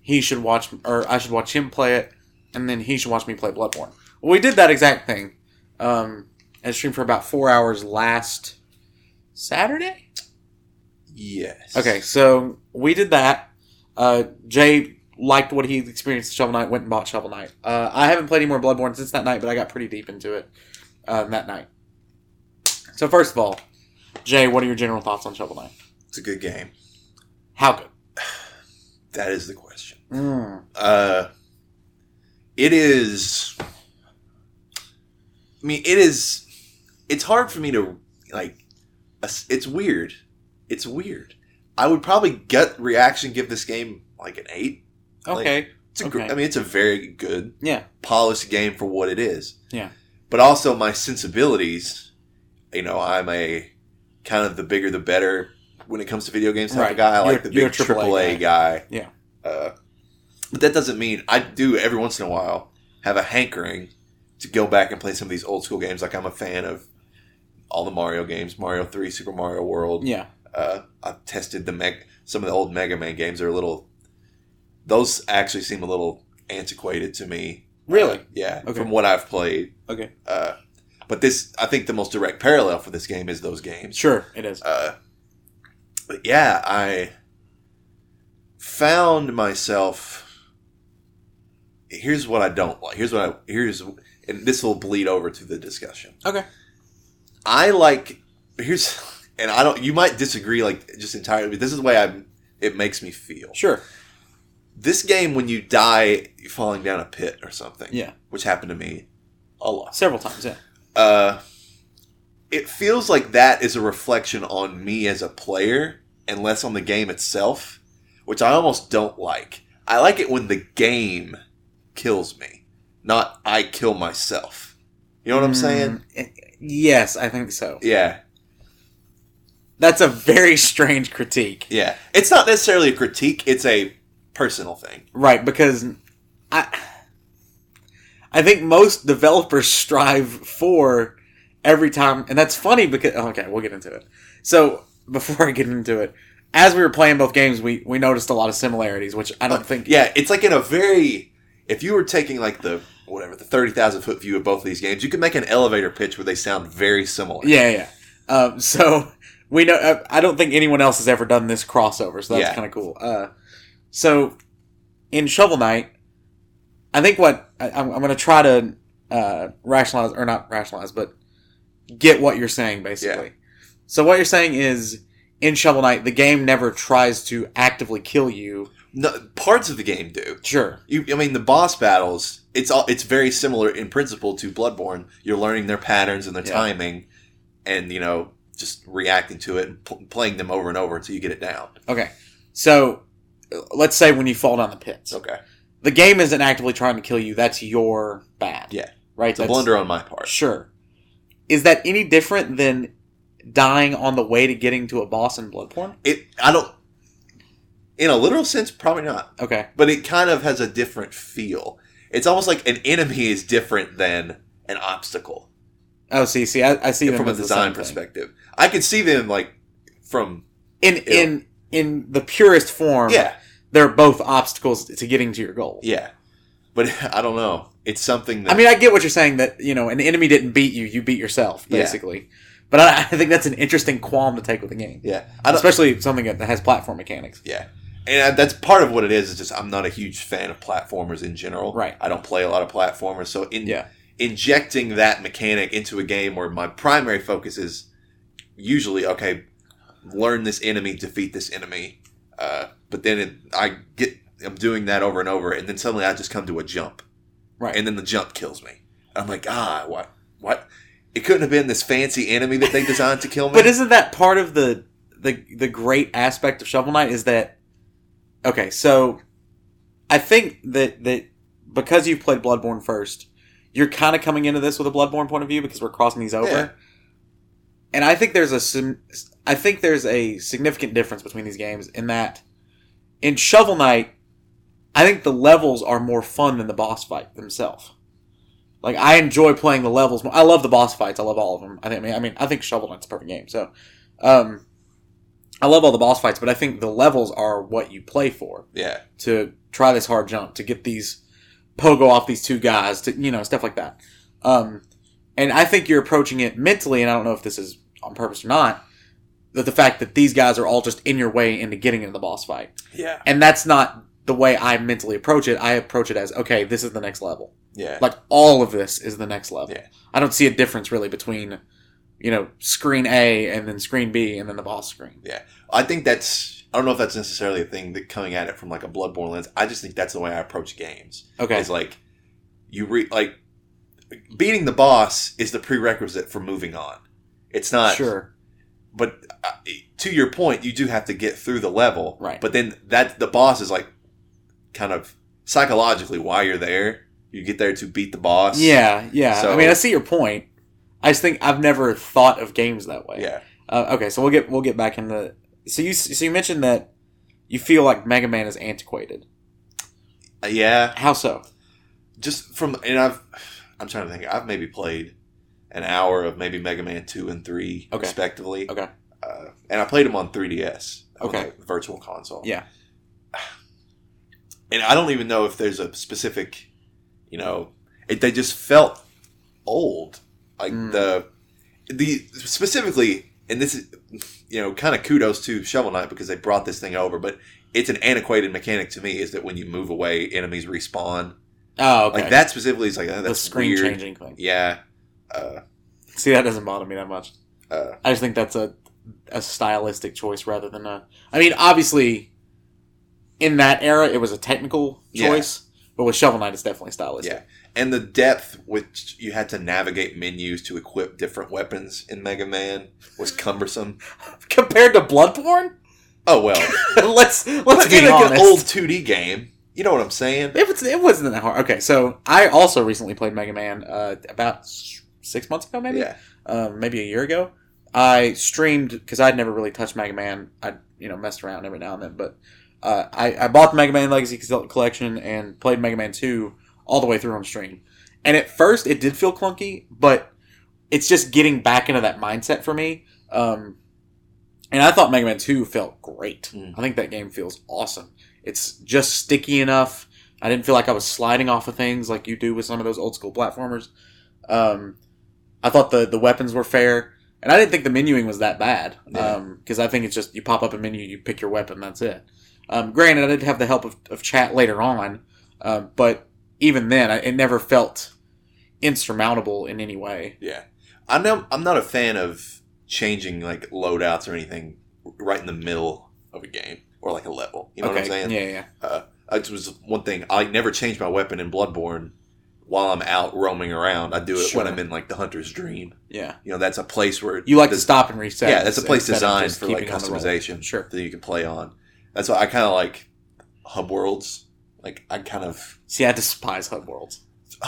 Speaker 1: he should watch, or I should watch him play it, and then he should watch me play Bloodborne. Well, we did that exact thing, um, and streamed for about four hours last Saturday.
Speaker 2: Yes.
Speaker 1: Okay, so we did that. Uh, Jay liked what he experienced with Shovel Knight, went and bought Shovel Knight. Uh, I haven't played any more Bloodborne since that night, but I got pretty deep into it um, that night. So first of all, Jay, what are your general thoughts on Shovel Knight?
Speaker 2: It's a good game.
Speaker 1: How good?
Speaker 2: That is the question.
Speaker 1: Mm.
Speaker 2: Uh, it is. I mean, it is. It's hard for me to like. ass- It's weird. It's weird. I would probably gut reaction give this game like an eight.
Speaker 1: Okay.
Speaker 2: It's a gr-
Speaker 1: Okay.
Speaker 2: I mean, it's a very good,
Speaker 1: Yeah.
Speaker 2: polished game for what it is.
Speaker 1: Yeah.
Speaker 2: But also my sensibilities. You know, I'm a kind of the bigger the better when it comes to video games type
Speaker 1: Right.
Speaker 2: of guy. I like
Speaker 1: You're-
Speaker 2: the
Speaker 1: you're
Speaker 2: big
Speaker 1: a AAA
Speaker 2: AAA, guy.
Speaker 1: Yeah.
Speaker 2: Uh, but that doesn't mean I do every once in a while have a hankering to go back and play some of these old school games. Like I'm a fan of all the Mario games, Mario Three, Super Mario World.
Speaker 1: yeah.
Speaker 2: Uh, I've tested the Meg- some of the old Mega Man games. They're a little. Those actually seem a little antiquated to me.
Speaker 1: Really?
Speaker 2: Uh, yeah.
Speaker 1: Okay.
Speaker 2: From what I've played.
Speaker 1: Okay.
Speaker 2: Uh, but this, I think, the most direct parallel for this game is those games.
Speaker 1: Sure, it is.
Speaker 2: Uh, but yeah, I found myself. Here's what I don't like. Here's what I here's, and this will bleed over to the discussion.
Speaker 1: Okay.
Speaker 2: I like here's, and I don't. You might disagree, like just entirely. But this is the way I. It makes me feel
Speaker 1: Sure.
Speaker 2: this game when you die you're falling down a pit or something.
Speaker 1: Yeah.
Speaker 2: Which happened to me a lot.
Speaker 1: Several times, yeah.
Speaker 2: Uh it feels like that is a reflection on me as a player and less on the game itself, which I almost don't like. I like it when the game kills me, not I kill myself. You know what I'm saying?
Speaker 1: Mm, eh, yes, I think so.
Speaker 2: Yeah.
Speaker 1: That's a very strange critique.
Speaker 2: Yeah, it's not necessarily a critique; it's a personal thing.
Speaker 1: Right, because I I think most developers strive for every time and that's funny because oh, okay, we'll get into it. So before I get into it, as we were playing both games we, we noticed a lot of similarities, which I don't think
Speaker 2: Yeah, it's like in a very. If you were taking like the whatever the thirty thousand foot view of both of these games, you could make an elevator pitch where they sound very similar.
Speaker 1: Yeah, yeah. yeah. Um, so we know. uh, I don't think anyone else has ever done this crossover, so that's
Speaker 2: Yeah.
Speaker 1: kind of cool. Uh, so in Shovel Knight, I think what I, I'm, I'm going to try to uh, rationalize or not rationalize, but get what you're saying basically. So what you're saying is in Shovel Knight, the game never tries to actively kill you.
Speaker 2: No, parts of the game do.
Speaker 1: Sure.
Speaker 2: You, I mean, the boss battles. It's all. It's very similar in principle to Bloodborne. You're learning their patterns and their
Speaker 1: Yeah.
Speaker 2: timing, and you know, just reacting to it and pl- playing them over and over until you get it down.
Speaker 1: Okay. So uh, let's say when you fall down the pits,
Speaker 2: Okay,
Speaker 1: the game isn't actively trying to kill you. That's your bad.
Speaker 2: Yeah.
Speaker 1: Right.
Speaker 2: it's a
Speaker 1: That's-
Speaker 2: blunder on my part.
Speaker 1: Sure. Is that any different than dying on the way to getting to a boss in Bloodborne?
Speaker 2: It. I don't. In a literal sense, probably not.
Speaker 1: Okay.
Speaker 2: But it kind of has a different feel. It's almost like an enemy is different than an obstacle.
Speaker 1: Oh, see, see, I, I see them
Speaker 2: from a
Speaker 1: as the
Speaker 2: design
Speaker 1: same thing.
Speaker 2: perspective. I could see them like from
Speaker 1: In
Speaker 2: Yeah.
Speaker 1: in in the purest form,
Speaker 2: yeah,
Speaker 1: they're both obstacles to getting to your goal.
Speaker 2: yeah. But I don't know. It's something that
Speaker 1: I mean, I get what you're saying that you know an enemy didn't beat you; you beat yourself,
Speaker 2: Yeah.
Speaker 1: basically. But I, I think that's an interesting qualm to take with the game,
Speaker 2: yeah, I don't.
Speaker 1: especially something that has platform mechanics.
Speaker 2: Yeah, and I, that's part of what it is. Is just I'm not a huge fan of platformers in general.
Speaker 1: Right.
Speaker 2: I don't play a lot of platformers, so in
Speaker 1: Yeah.
Speaker 2: injecting that mechanic into a game where my primary focus is usually okay, learn this enemy, defeat this enemy. Uh, but then it, I get I'm doing that over and over, and then suddenly I just come to a jump.
Speaker 1: Right.
Speaker 2: and then the jump kills me. I'm like, ah, what, what? It couldn't have been this fancy enemy that they designed to kill me.
Speaker 1: But isn't that part of the the the great aspect of Shovel Knight is that okay, so I think that that because you've played Bloodborne first, you're kind of coming into this with a Bloodborne point of view because we're crossing these over.
Speaker 2: Yeah.
Speaker 1: And I think there's a sim- I think there's a significant difference between these games in that in Shovel Knight, I think the levels are more fun than the boss fight themselves. Like I enjoy playing the levels. more. I love the boss fights. I love all of them. I think. I mean, I mean, I think Shovel Knight's a perfect game. So, um, I love all the boss fights, but I think the levels are what you play for
Speaker 2: yeah,
Speaker 1: to try this hard jump to get these pogo off these two guys to you know stuff like that um, and i think you're approaching it mentally and i don't know if this is on purpose or not that the fact that these guys are all just in your way into getting into the boss fight
Speaker 2: yeah,
Speaker 1: and that's not the way i mentally approach it i approach it as okay this is the next level
Speaker 2: yeah,
Speaker 1: like all of this is the next level
Speaker 2: Yeah.
Speaker 1: i don't see a difference really between you know screen a and then screen b and then the boss screen
Speaker 2: I think that's. I don't know if that's necessarily a thing that coming at it from like a Bloodborne lens. I just think that's the way I approach games.
Speaker 1: okay
Speaker 2: Is like you re like beating the boss is the prerequisite for moving on. It's not
Speaker 1: sure
Speaker 2: but uh, to your point, you do have to get through the level,
Speaker 1: Right.
Speaker 2: But then that the boss is like kind of psychologically why you're there. You get there to beat the boss.
Speaker 1: Yeah, yeah. I
Speaker 2: So-
Speaker 1: mean, I see your point. I just think I've never thought of games that way.
Speaker 2: yeah,
Speaker 1: Uh, okay, so we'll get we'll get back into. So you so you mentioned that you feel like Mega Man is antiquated.
Speaker 2: Uh, yeah.
Speaker 1: How so?
Speaker 2: Just from and I've I'm trying to think. I've maybe played an hour of maybe Mega Man two and three
Speaker 1: Okay.
Speaker 2: respectively.
Speaker 1: Okay.
Speaker 2: Uh, and I played them on 3DS. on,
Speaker 1: Okay.
Speaker 2: like, virtual console.
Speaker 1: Yeah.
Speaker 2: And I don't even know if there's a specific, you know, it, they just felt old. Like
Speaker 1: Mm.
Speaker 2: the the specifically, and this is you know kind of kudos to Shovel Knight because they brought this thing over, but it's an antiquated mechanic to me is that when you move away, enemies respawn.
Speaker 1: Oh, okay.
Speaker 2: Like that specifically is like oh, that's
Speaker 1: the screen
Speaker 2: weird.
Speaker 1: changing thing.
Speaker 2: Yeah. Uh,
Speaker 1: See, that doesn't bother me that much.
Speaker 2: uh,
Speaker 1: I just think that's a a stylistic choice rather than a. I mean, obviously, in that era, it was a technical
Speaker 2: Yeah.
Speaker 1: choice, but with Shovel Knight, it's definitely stylistic.
Speaker 2: Yeah. and the depth which you had to navigate menus to equip different weapons in Mega Man was cumbersome.
Speaker 1: Compared to Bloodborne,
Speaker 2: Oh well,
Speaker 1: let's let's
Speaker 2: let's
Speaker 1: be
Speaker 2: get like an
Speaker 1: honest.
Speaker 2: old 2D game. You know what I'm saying?
Speaker 1: It was it wasn't that hard. Okay, so I also recently played Mega Man uh, about s- six months ago, maybe,
Speaker 2: Yeah,
Speaker 1: um, maybe a year ago. I streamed because I'd never really touched Mega Man. I you know messed around every now and then, but uh, I I bought the Mega Man Legacy Col- Collection and played Mega Man Two all the way through on stream. And at first, it did feel clunky, but it's just getting back into that mindset for me. Um, and I thought Mega Man Two felt great.
Speaker 2: Mm.
Speaker 1: I think that game feels awesome. It's just sticky enough. I didn't feel like I was sliding off of things like you do with some of those old school platformers. Um, I thought the the weapons were fair, and I didn't think the menuing was that bad
Speaker 2: Yeah.
Speaker 1: because I think it's just you pop up a menu, you pick your weapon, that's it. Um, granted, I did have the help of, of chat later on, um, but even then, I, it never felt insurmountable in any way.
Speaker 2: Yeah, I'm not, I'm not a fan of changing like loadouts or anything right in the middle of a game or like a level. You know what I'm saying?
Speaker 1: Yeah, yeah.
Speaker 2: It was one thing I never change my weapon in Bloodborne while I'm out roaming around. I do it
Speaker 1: Sure.
Speaker 2: when I'm in like the hunter's dream.
Speaker 1: Yeah.
Speaker 2: You know, that's a place where
Speaker 1: You like to
Speaker 2: this-
Speaker 1: stop and reset.
Speaker 2: yeah, that's a place
Speaker 1: instead of
Speaker 2: designed
Speaker 1: just
Speaker 2: for like
Speaker 1: keeping on the roll.
Speaker 2: customization
Speaker 1: Sure.
Speaker 2: that you can play on. That's why I kind of like hub worlds. Like I kind of
Speaker 1: See, I despise hub worlds.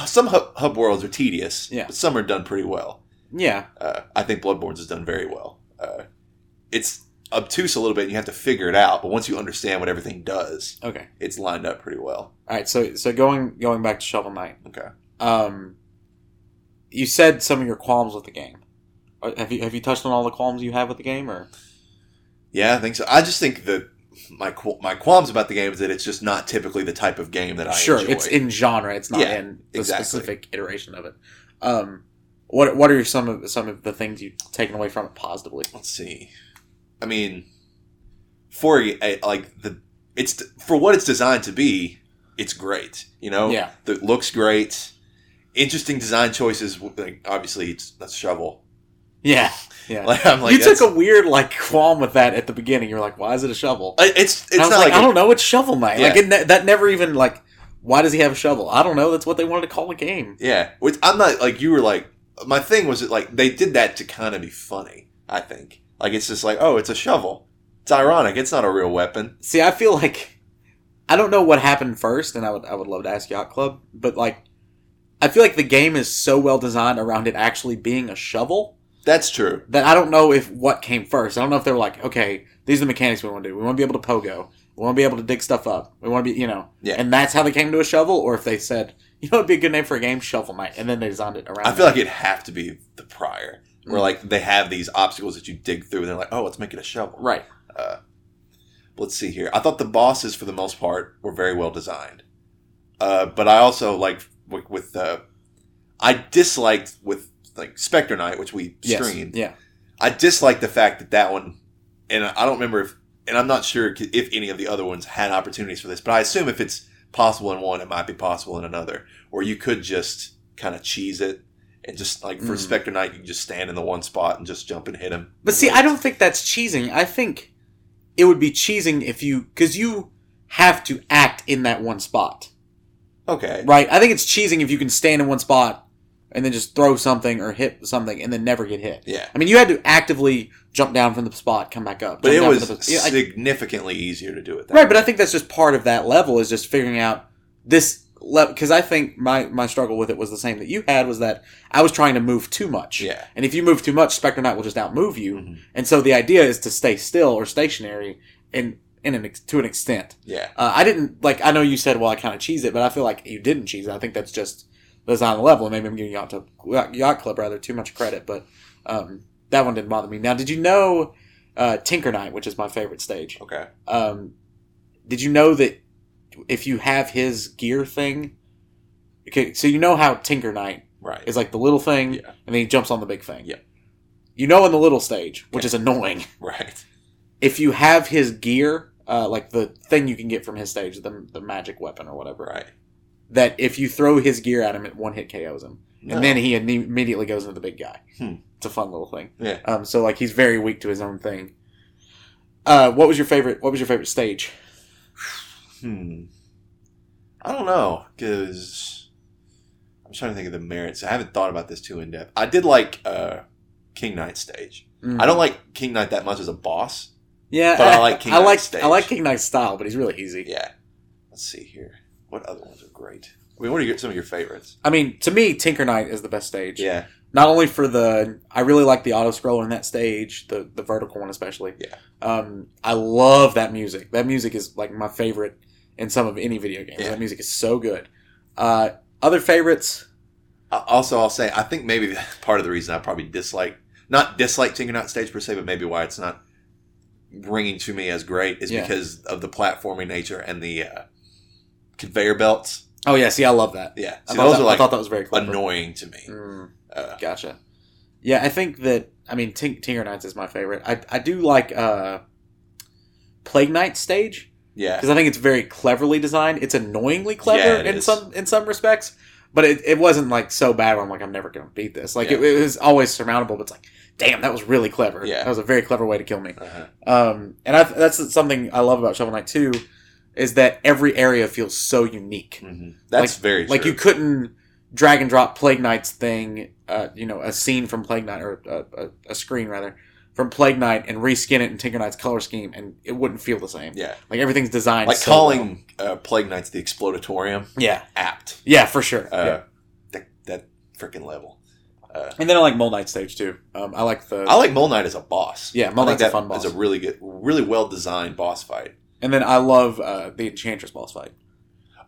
Speaker 2: some hub, hub worlds are tedious.
Speaker 1: Yeah.
Speaker 2: but some are done pretty well.
Speaker 1: Yeah,
Speaker 2: Uh, I think Bloodborne's has done very well. Uh, it's obtuse a little bit, and you have to figure it out. But once you understand what everything does,
Speaker 1: okay.
Speaker 2: it's lined up pretty well.
Speaker 1: All right, so so going going back to Shovel Knight.
Speaker 2: Okay.
Speaker 1: Um, you said some of your qualms with the game. Are- Have you have you touched on all the qualms you have with the game, or
Speaker 2: Yeah, I think so. I just think that my qu- my qualms about the game is that it's just not typically the type of game that I
Speaker 1: sure,
Speaker 2: enjoy.
Speaker 1: it's in genre, it's not
Speaker 2: Yeah,
Speaker 1: in the
Speaker 2: exactly.
Speaker 1: specific iteration of it. Um, what what are some of some of the things you've taken away from it positively?
Speaker 2: Let's see. I mean, for a, like the it's for what it's designed to be, it's great. You know,
Speaker 1: Yeah,
Speaker 2: that looks great. Interesting design choices. Like obviously, it's that's shovel.
Speaker 1: yeah, yeah.
Speaker 2: Like, I'm like
Speaker 1: you took
Speaker 2: that's-
Speaker 1: a weird like qualm with that at the beginning. You're like, why is it a shovel?
Speaker 2: I- it's it's
Speaker 1: And I
Speaker 2: not
Speaker 1: was like,
Speaker 2: like,
Speaker 1: I
Speaker 2: a-
Speaker 1: don't know. It's Shovel Knight.
Speaker 2: Yeah.
Speaker 1: Like it ne- that never even like. Why does he have a shovel? I don't know. That's what they wanted to call a game.
Speaker 2: yeah. Which I'm not like you were like my thing was that like they did that to kind of be funny. I think like it's just like oh it's a shovel. It's ironic. It's not a real weapon.
Speaker 1: See, I feel like I don't know what happened first, and I would I would love to ask Yacht Club, but like I feel like the game is so well designed around it actually being a shovel
Speaker 2: That's true.
Speaker 1: that I don't know if what came first. I don't know if they were like, okay, these are the mechanics we want to do. We want to be able to pogo. We want to be able to dig stuff up. We want to be, you know,
Speaker 2: Yeah.
Speaker 1: And that's how they came to a shovel, or if they said, you know, it'd be a good name for a game, Shovel Knight, and then they designed it around.
Speaker 2: I
Speaker 1: that.
Speaker 2: feel like it'd have to be the prior where
Speaker 1: Mm.
Speaker 2: like they have these obstacles that you dig through and they're like oh let's make it a shovel.
Speaker 1: right.
Speaker 2: let's see here. I thought the bosses, for the most part, were very well designed. Uh, but I also like with, with uh, I disliked with like Spectre Knight, which we
Speaker 1: Yes.
Speaker 2: streamed.
Speaker 1: Yeah.
Speaker 2: I disliked the fact that that one, and I don't remember if, and I'm not sure if any of the other ones had opportunities for this, but I assume if it's possible in one, it might be possible in another. Or you could just kind of cheese it. And just like for
Speaker 1: Mm.
Speaker 2: Spectre Knight, you can just stand in the one spot and just jump and hit him.
Speaker 1: But see, I don't think that's cheesing. I think it would be cheesing if you because you have to act in that one spot,
Speaker 2: Okay.
Speaker 1: right? I think it's cheesing if you can stand in one spot and then just throw something or hit something and then never get hit.
Speaker 2: Yeah.
Speaker 1: I mean, you had to actively jump down from the spot, come back up.
Speaker 2: But
Speaker 1: jump
Speaker 2: it
Speaker 1: down
Speaker 2: was
Speaker 1: from the- yeah, I-
Speaker 2: significantly easier to do it. That
Speaker 1: right. But I think that's just part of that level is just figuring out this level because I think my my struggle with it was the same that you had was that I was trying to move too much.
Speaker 2: Yeah.
Speaker 1: And if you move too much, Spectre Knight will just outmove you.
Speaker 2: Mhm.
Speaker 1: And so the idea is to stay still or stationary, and in an ex- to an extent.
Speaker 2: Yeah.
Speaker 1: Uh, I didn't like. I know you said, "Well, I kind of cheese it," but I feel like you didn't cheese it. I think that's just the design level. Maybe I'm giving yacht, to, yacht club rather too much credit, but um, that one didn't bother me. Now, did you know uh, Tinker Knight, which is my favorite stage?
Speaker 2: Okay.
Speaker 1: Um, did you know that if you have his gear thing, okay, so you know how Tinker Knight
Speaker 2: Right.
Speaker 1: is like the little thing,
Speaker 2: Yeah.
Speaker 1: and then he jumps on the big thing.
Speaker 2: Yeah.
Speaker 1: You know, in the little stage, which is annoying,
Speaker 2: right.
Speaker 1: if you have his gear, uh, like the thing you can get from his stage, the, the magic weapon or whatever,
Speaker 2: Right.
Speaker 1: that if you throw his gear at him, it one hit KOs him.
Speaker 2: No.
Speaker 1: And then he imme- immediately goes into the big guy.
Speaker 2: Oh. Hmm.
Speaker 1: It's a fun little thing.
Speaker 2: Yeah.
Speaker 1: Um, so like he's very weak to his own thing. Uh, what was your favorite? What was your favorite stage?
Speaker 2: Hmm. I don't know because I'm trying to think of the merits. I haven't thought about this too in depth. I did like uh, King Knight stage. I don't like King Knight that much as a boss.
Speaker 1: Yeah,
Speaker 2: but I like King
Speaker 1: I like
Speaker 2: Knight's stage.
Speaker 1: I like King Knight's style, but he's really easy.
Speaker 2: Yeah. Let's see here. What other ones are great? I mean, what are your, some of your favorites?
Speaker 1: I mean, to me, Tinker Knight is the best stage.
Speaker 2: Yeah.
Speaker 1: Not only for the, I really like the auto scroller in that stage, the the vertical one especially.
Speaker 2: Yeah.
Speaker 1: Um, I love that music. That music is like my favorite in some of any video game.
Speaker 2: Yeah.
Speaker 1: That music is so good. Uh, other favorites?
Speaker 2: I- Also, I'll say I think maybe part of the reason I probably dislike not dislike Tinkernaut stage per se, but maybe why it's not ringing to me as great is
Speaker 1: Yeah.
Speaker 2: because of the platforming nature and the uh, conveyor belts.
Speaker 1: Oh yeah, see, I love that.
Speaker 2: Yeah,
Speaker 1: I
Speaker 2: see,
Speaker 1: thought
Speaker 2: those
Speaker 1: that-
Speaker 2: are
Speaker 1: I thought
Speaker 2: like
Speaker 1: that was very clever.
Speaker 2: annoying to me.
Speaker 1: Mm.
Speaker 2: Uh,
Speaker 1: Gotcha. Yeah, I think that I mean Tink- Tinker Knights is my favorite. I I do like uh Plague Knight stage
Speaker 2: yeah,
Speaker 1: because I think it's very cleverly designed. It's annoyingly clever
Speaker 2: Yeah, it
Speaker 1: in
Speaker 2: is.
Speaker 1: some in some respects, but it, it wasn't like so bad. Where I'm like I'm never gonna beat this. Like it, it was always surmountable. But it's like, damn, that was really clever.
Speaker 2: Yeah.
Speaker 1: that was a very clever way to kill me.
Speaker 2: uh
Speaker 1: Um, and I, that's something I love about Shovel Knight 2 is that every area feels so unique
Speaker 2: that's very
Speaker 1: Mm-hmm. like
Speaker 2: true.
Speaker 1: you couldn't drag and drop Plague Knight's thing, uh, you know, a scene from Plague Knight or uh, a, a screen rather from Plague Knight and reskin it in Tinker Knight's color scheme, and it wouldn't feel the same.
Speaker 2: yeah,
Speaker 1: Like everything's designed
Speaker 2: like
Speaker 1: so well.
Speaker 2: calling uh, Plague Knights the Explodatorium
Speaker 1: Yeah,
Speaker 2: apt.
Speaker 1: yeah, for sure.
Speaker 2: Uh,
Speaker 1: yeah.
Speaker 2: That that freaking level.
Speaker 1: And then I like Mole Knight stage too. Um, I like the
Speaker 2: I like Mole Knight as a boss.
Speaker 1: yeah Mole
Speaker 2: I think
Speaker 1: Knight's a
Speaker 2: that
Speaker 1: fun boss,
Speaker 2: is a really good, really well designed boss fight.
Speaker 1: and then I love uh, the Enchantress boss fight.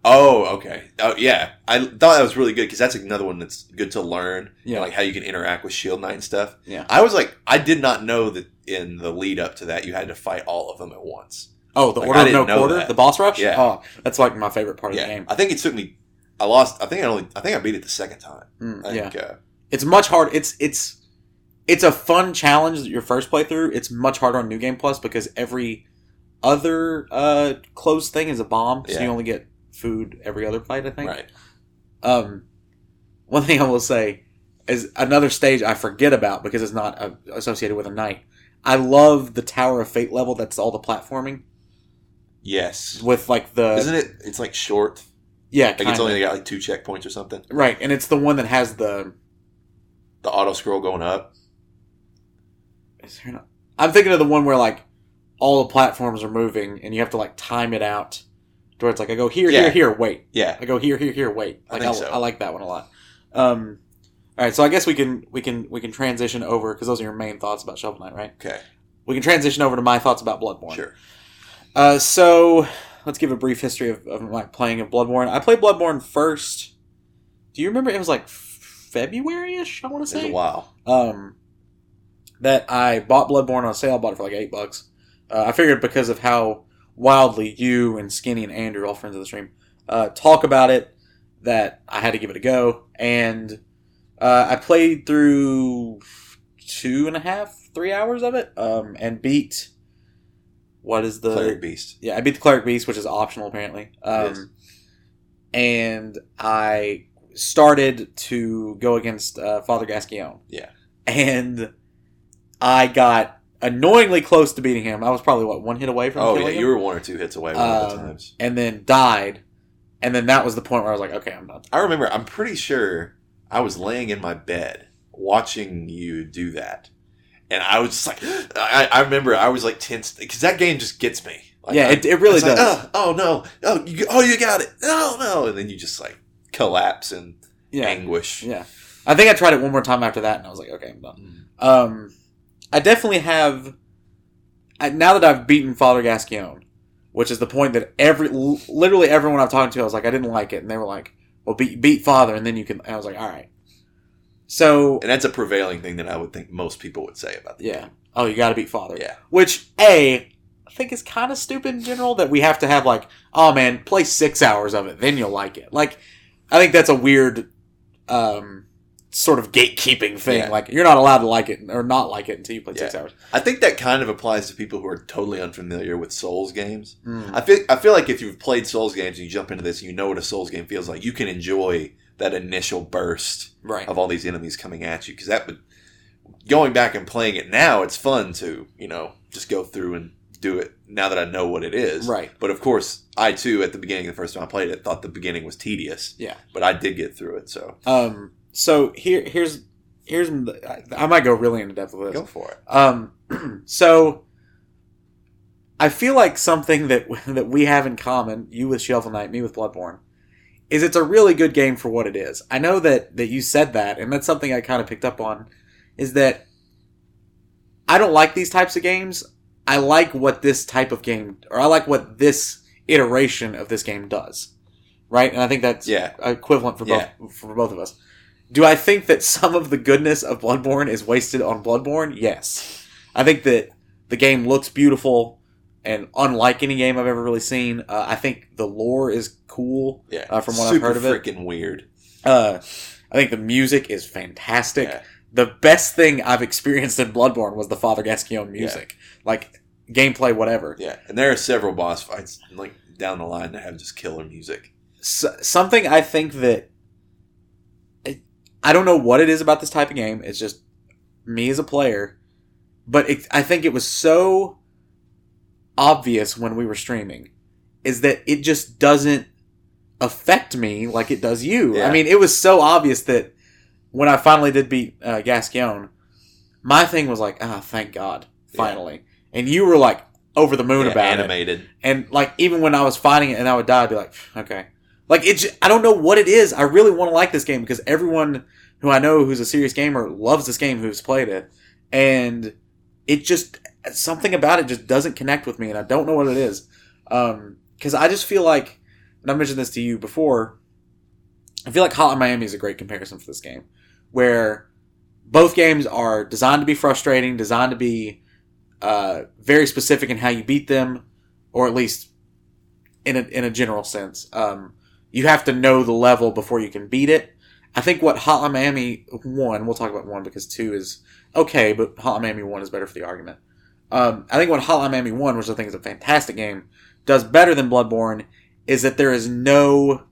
Speaker 2: Oh, okay. Oh, yeah. I thought that was really good because that's another one that's good to learn.
Speaker 1: Yeah,
Speaker 2: Yeah. Like how you can interact with Shield E Knight and stuff.
Speaker 1: Yeah.
Speaker 2: I was like, I did not know that in the lead up to that you had to fight all of them at once.
Speaker 1: oh the
Speaker 2: like, I
Speaker 1: Order of
Speaker 2: didn't
Speaker 1: No
Speaker 2: know
Speaker 1: Quarter,
Speaker 2: that.
Speaker 1: the boss rush.
Speaker 2: Yeah.
Speaker 1: oh, that's like my favorite part of
Speaker 2: yeah.
Speaker 1: the game.
Speaker 2: I think it took me. I lost. I think I only. I think I beat it the second time.
Speaker 1: Mm,
Speaker 2: I
Speaker 1: yeah,
Speaker 2: think, uh,
Speaker 1: it's much hard. It's it's it's a fun challenge that your first playthrough. It's much harder on New Game Plus because every other uh, closed thing is a bomb, so
Speaker 2: Yeah.
Speaker 1: you only get food every other fight. I think.
Speaker 2: right.
Speaker 1: Um, one thing I will say is another stage I forget about because it's not uh, associated with a night. I love the Tower of Fate level. That's all the platforming
Speaker 2: Yes.
Speaker 1: with like the
Speaker 2: Isn't it? It's like short.
Speaker 1: yeah
Speaker 2: Like it's
Speaker 1: Uh, kinda.
Speaker 2: only got like two checkpoints or something.
Speaker 1: right, and it's the one that has the
Speaker 2: The auto scroll going up.
Speaker 1: Is there not? I'm thinking of the one where like all the platforms are moving and you have to like time it out to where it's like I go here,
Speaker 2: Yeah.
Speaker 1: here, here, wait.
Speaker 2: Yeah.
Speaker 1: I go here, here, here, wait.
Speaker 2: I
Speaker 1: Like I,
Speaker 2: think so.
Speaker 1: I like that one a lot. Um, all right, so I guess we can we can we can transition over because those are your main thoughts about Shovel Knight, right?
Speaker 2: Okay.
Speaker 1: We can transition over to my thoughts about Bloodborne.
Speaker 2: Sure.
Speaker 1: Uh, so let's give a brief history of, of my playing of Bloodborne. I played Bloodborne first. Do you remember? It was like February ish. I want to
Speaker 2: It's
Speaker 1: say
Speaker 2: a while.
Speaker 1: um, that I bought Bloodborne on sale. I bought it for like eight bucks. Uh, I figured because of how wildly you and Skinny and Andrew, all friends of the stream, uh, talk about it, that I had to give it a go. And uh, I played through two and a half, three hours of it, um, and beat. What is the
Speaker 2: Cleric Beast.
Speaker 1: yeah, I beat the cleric beast, which is optional apparently. Um,
Speaker 2: Yes.
Speaker 1: And I started to go against uh, Father Gasquion.
Speaker 2: Yeah.
Speaker 1: And I got annoyingly close to beating him. I was probably what one hit away from
Speaker 2: Oh yeah,
Speaker 1: killing him,
Speaker 2: you were one or two hits away one of the
Speaker 1: Um,
Speaker 2: times.
Speaker 1: and then died. And then that was the point where I was like, okay, I'm done.
Speaker 2: I remember, I'm pretty sure I was laying in my bed watching you do that. And I was just like, I, I remember I was like tense because that game just gets me. Like,
Speaker 1: yeah,
Speaker 2: I'm-
Speaker 1: it, it really
Speaker 2: it's
Speaker 1: does.
Speaker 2: like, oh, oh, no. Oh you, oh, you got it. No, no. And then you just like collapse in
Speaker 1: yeah.
Speaker 2: anguish.
Speaker 1: Yeah. I think I tried it one more time after that, and I was like, okay, I'm done.
Speaker 2: Mm.
Speaker 1: Um, I definitely have. I, now that I've beaten Father Gascon, which is the point that every l- literally everyone I've talked to, I was like, I didn't like it, and they were like, "Well, beat beat Father, and then you can." And I was like, "All right." So
Speaker 2: And that's a prevailing thing that I would think most people would say about the
Speaker 1: yeah. Oh, you got to beat Father.
Speaker 2: Yeah.
Speaker 1: Which a I think is kind of stupid in general that we have to have like, oh man, play six hours of it, then you'll like it. Like, I think that's a weird, um, sort of gatekeeping thing.
Speaker 2: Yeah.
Speaker 1: Like, you're not allowed to like it or not like it until you play six hours.
Speaker 2: I think that kind of applies to people who are totally unfamiliar with Souls games.
Speaker 1: Hmm.
Speaker 2: I feel I feel like if you've played Souls games and you jump into this and you know what a Souls game feels like, you can enjoy that initial burst
Speaker 1: right.
Speaker 2: of all these enemies coming at you because that would going back and playing it now, it's fun to you know just go through and do it now that I know what it is.
Speaker 1: Right.
Speaker 2: But of course, I too at the beginning the first time I played it thought the beginning was tedious.
Speaker 1: Yeah.
Speaker 2: But I did get through it, so
Speaker 1: Um. So here, here's, here's. I, I might go really into depth with this.
Speaker 2: go for it.
Speaker 1: Um. so, I feel like something that that we have in common, you with Shovel Knight, me with Bloodborne, is it's a really good game for what it is. I know that that you said that, and that's something I kind of picked up on, is that I don't like these types of games. I like what this type of game, or I like what this iteration of this game does, right? And I think that's
Speaker 2: Yeah.
Speaker 1: equivalent for
Speaker 2: Yeah.
Speaker 1: both for both of us. Do I think that some of the goodness of Bloodborne is wasted on Bloodborne? Yes. I think that the game looks beautiful and unlike any game I've ever really seen. Uh, I think the lore is cool.
Speaker 2: Yeah.
Speaker 1: Uh, from what I've
Speaker 2: Super
Speaker 1: heard of it.
Speaker 2: freaking weird.
Speaker 1: Uh, I think the music is fantastic.
Speaker 2: Yeah.
Speaker 1: The best thing I've experienced in Bloodborne was the Father Gascon music, like gameplay, whatever.
Speaker 2: Yeah. And there are several boss fights like down the line that have just killer music.
Speaker 1: S something I think that I- I don't know what it is about this type of game. It's just me as a player, but it, I think it was so obvious when we were streaming is that it just doesn't affect me like it does you.
Speaker 2: Yeah.
Speaker 1: I mean, it was so obvious that when I finally did beat uh, Gascon, my thing was like, ah, thank God,
Speaker 2: Yeah.
Speaker 1: finally. And you were like over the moon
Speaker 2: Yeah,
Speaker 1: about it
Speaker 2: animated.
Speaker 1: and like even when I was fighting it and I would die, I'd be like, "Phew, okay, like it. j- I don't know what it is. I really want to like this game because everyone who I know who's a serious gamer loves this game who's played it, and it just something about it just doesn't connect with me, and I don't know what it is. Because I just feel like, and I mentioned this to you before, I feel like Hotline Miami is a great comparison for this game, where both games are designed to be frustrating, designed to be uh, very specific in how you beat them, or at least in a, in a general sense. Um, you have to know the level before you can beat it. I think what Hotline Miami 1, we'll talk about 1 because 2 is okay, but Hotline Miami 1 is better for the argument. Um, I think what Hotline Miami 1, which I think is a fantastic game, does better than Bloodborne is that there is no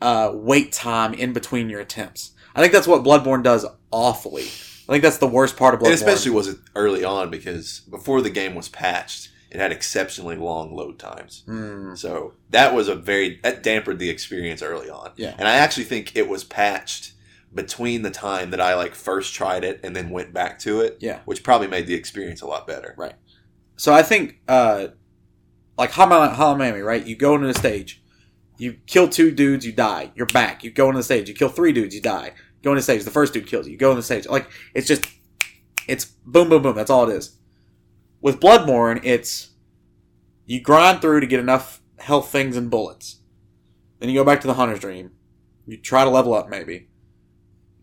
Speaker 1: uh, wait time in between your attempts. I think that's what Bloodborne does awfully. I think that's the worst part of Bloodborne.
Speaker 2: And especially was it early on because before the game was patched, it had exceptionally long load times.
Speaker 1: Mm,
Speaker 2: So that was a very that dampened the experience early on.
Speaker 1: Yeah.
Speaker 2: And I actually think it was patched between the time that I like first tried it and then went back to it.
Speaker 1: Yeah.
Speaker 2: Which probably made the experience a lot better.
Speaker 1: So I think, uh, like Hotline Hotline Miami, right? You go into the stage, you kill two dudes, you die. You're back. You go into the stage, you kill three dudes, you die. Go into the stage, the first dude kills you. You go into the stage, like it's just, it's boom, boom, boom. That's all it is. With Bloodborne, it's you grind through to get enough health things and bullets. Then you go back to the Hunter's Dream. You try to level up, maybe.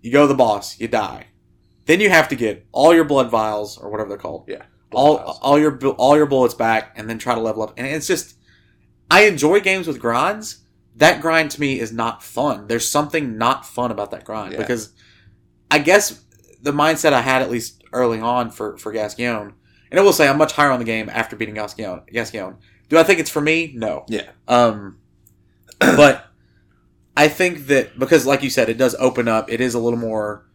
Speaker 1: You go to the boss, you die. Then you have to get all your blood vials or whatever they're called all all your bu- all your bullets back and then try to level up and it's just I enjoy games with grinds that grind to me is not fun there's something not fun about that grind
Speaker 2: Yeah.
Speaker 1: because I guess the mindset I had at least early on for for Gascon and I will say I'm much higher on the game after beating Gascon Gascon do I think it's for me no
Speaker 2: Yeah.
Speaker 1: um but I think that because like you said it does open up it is a little more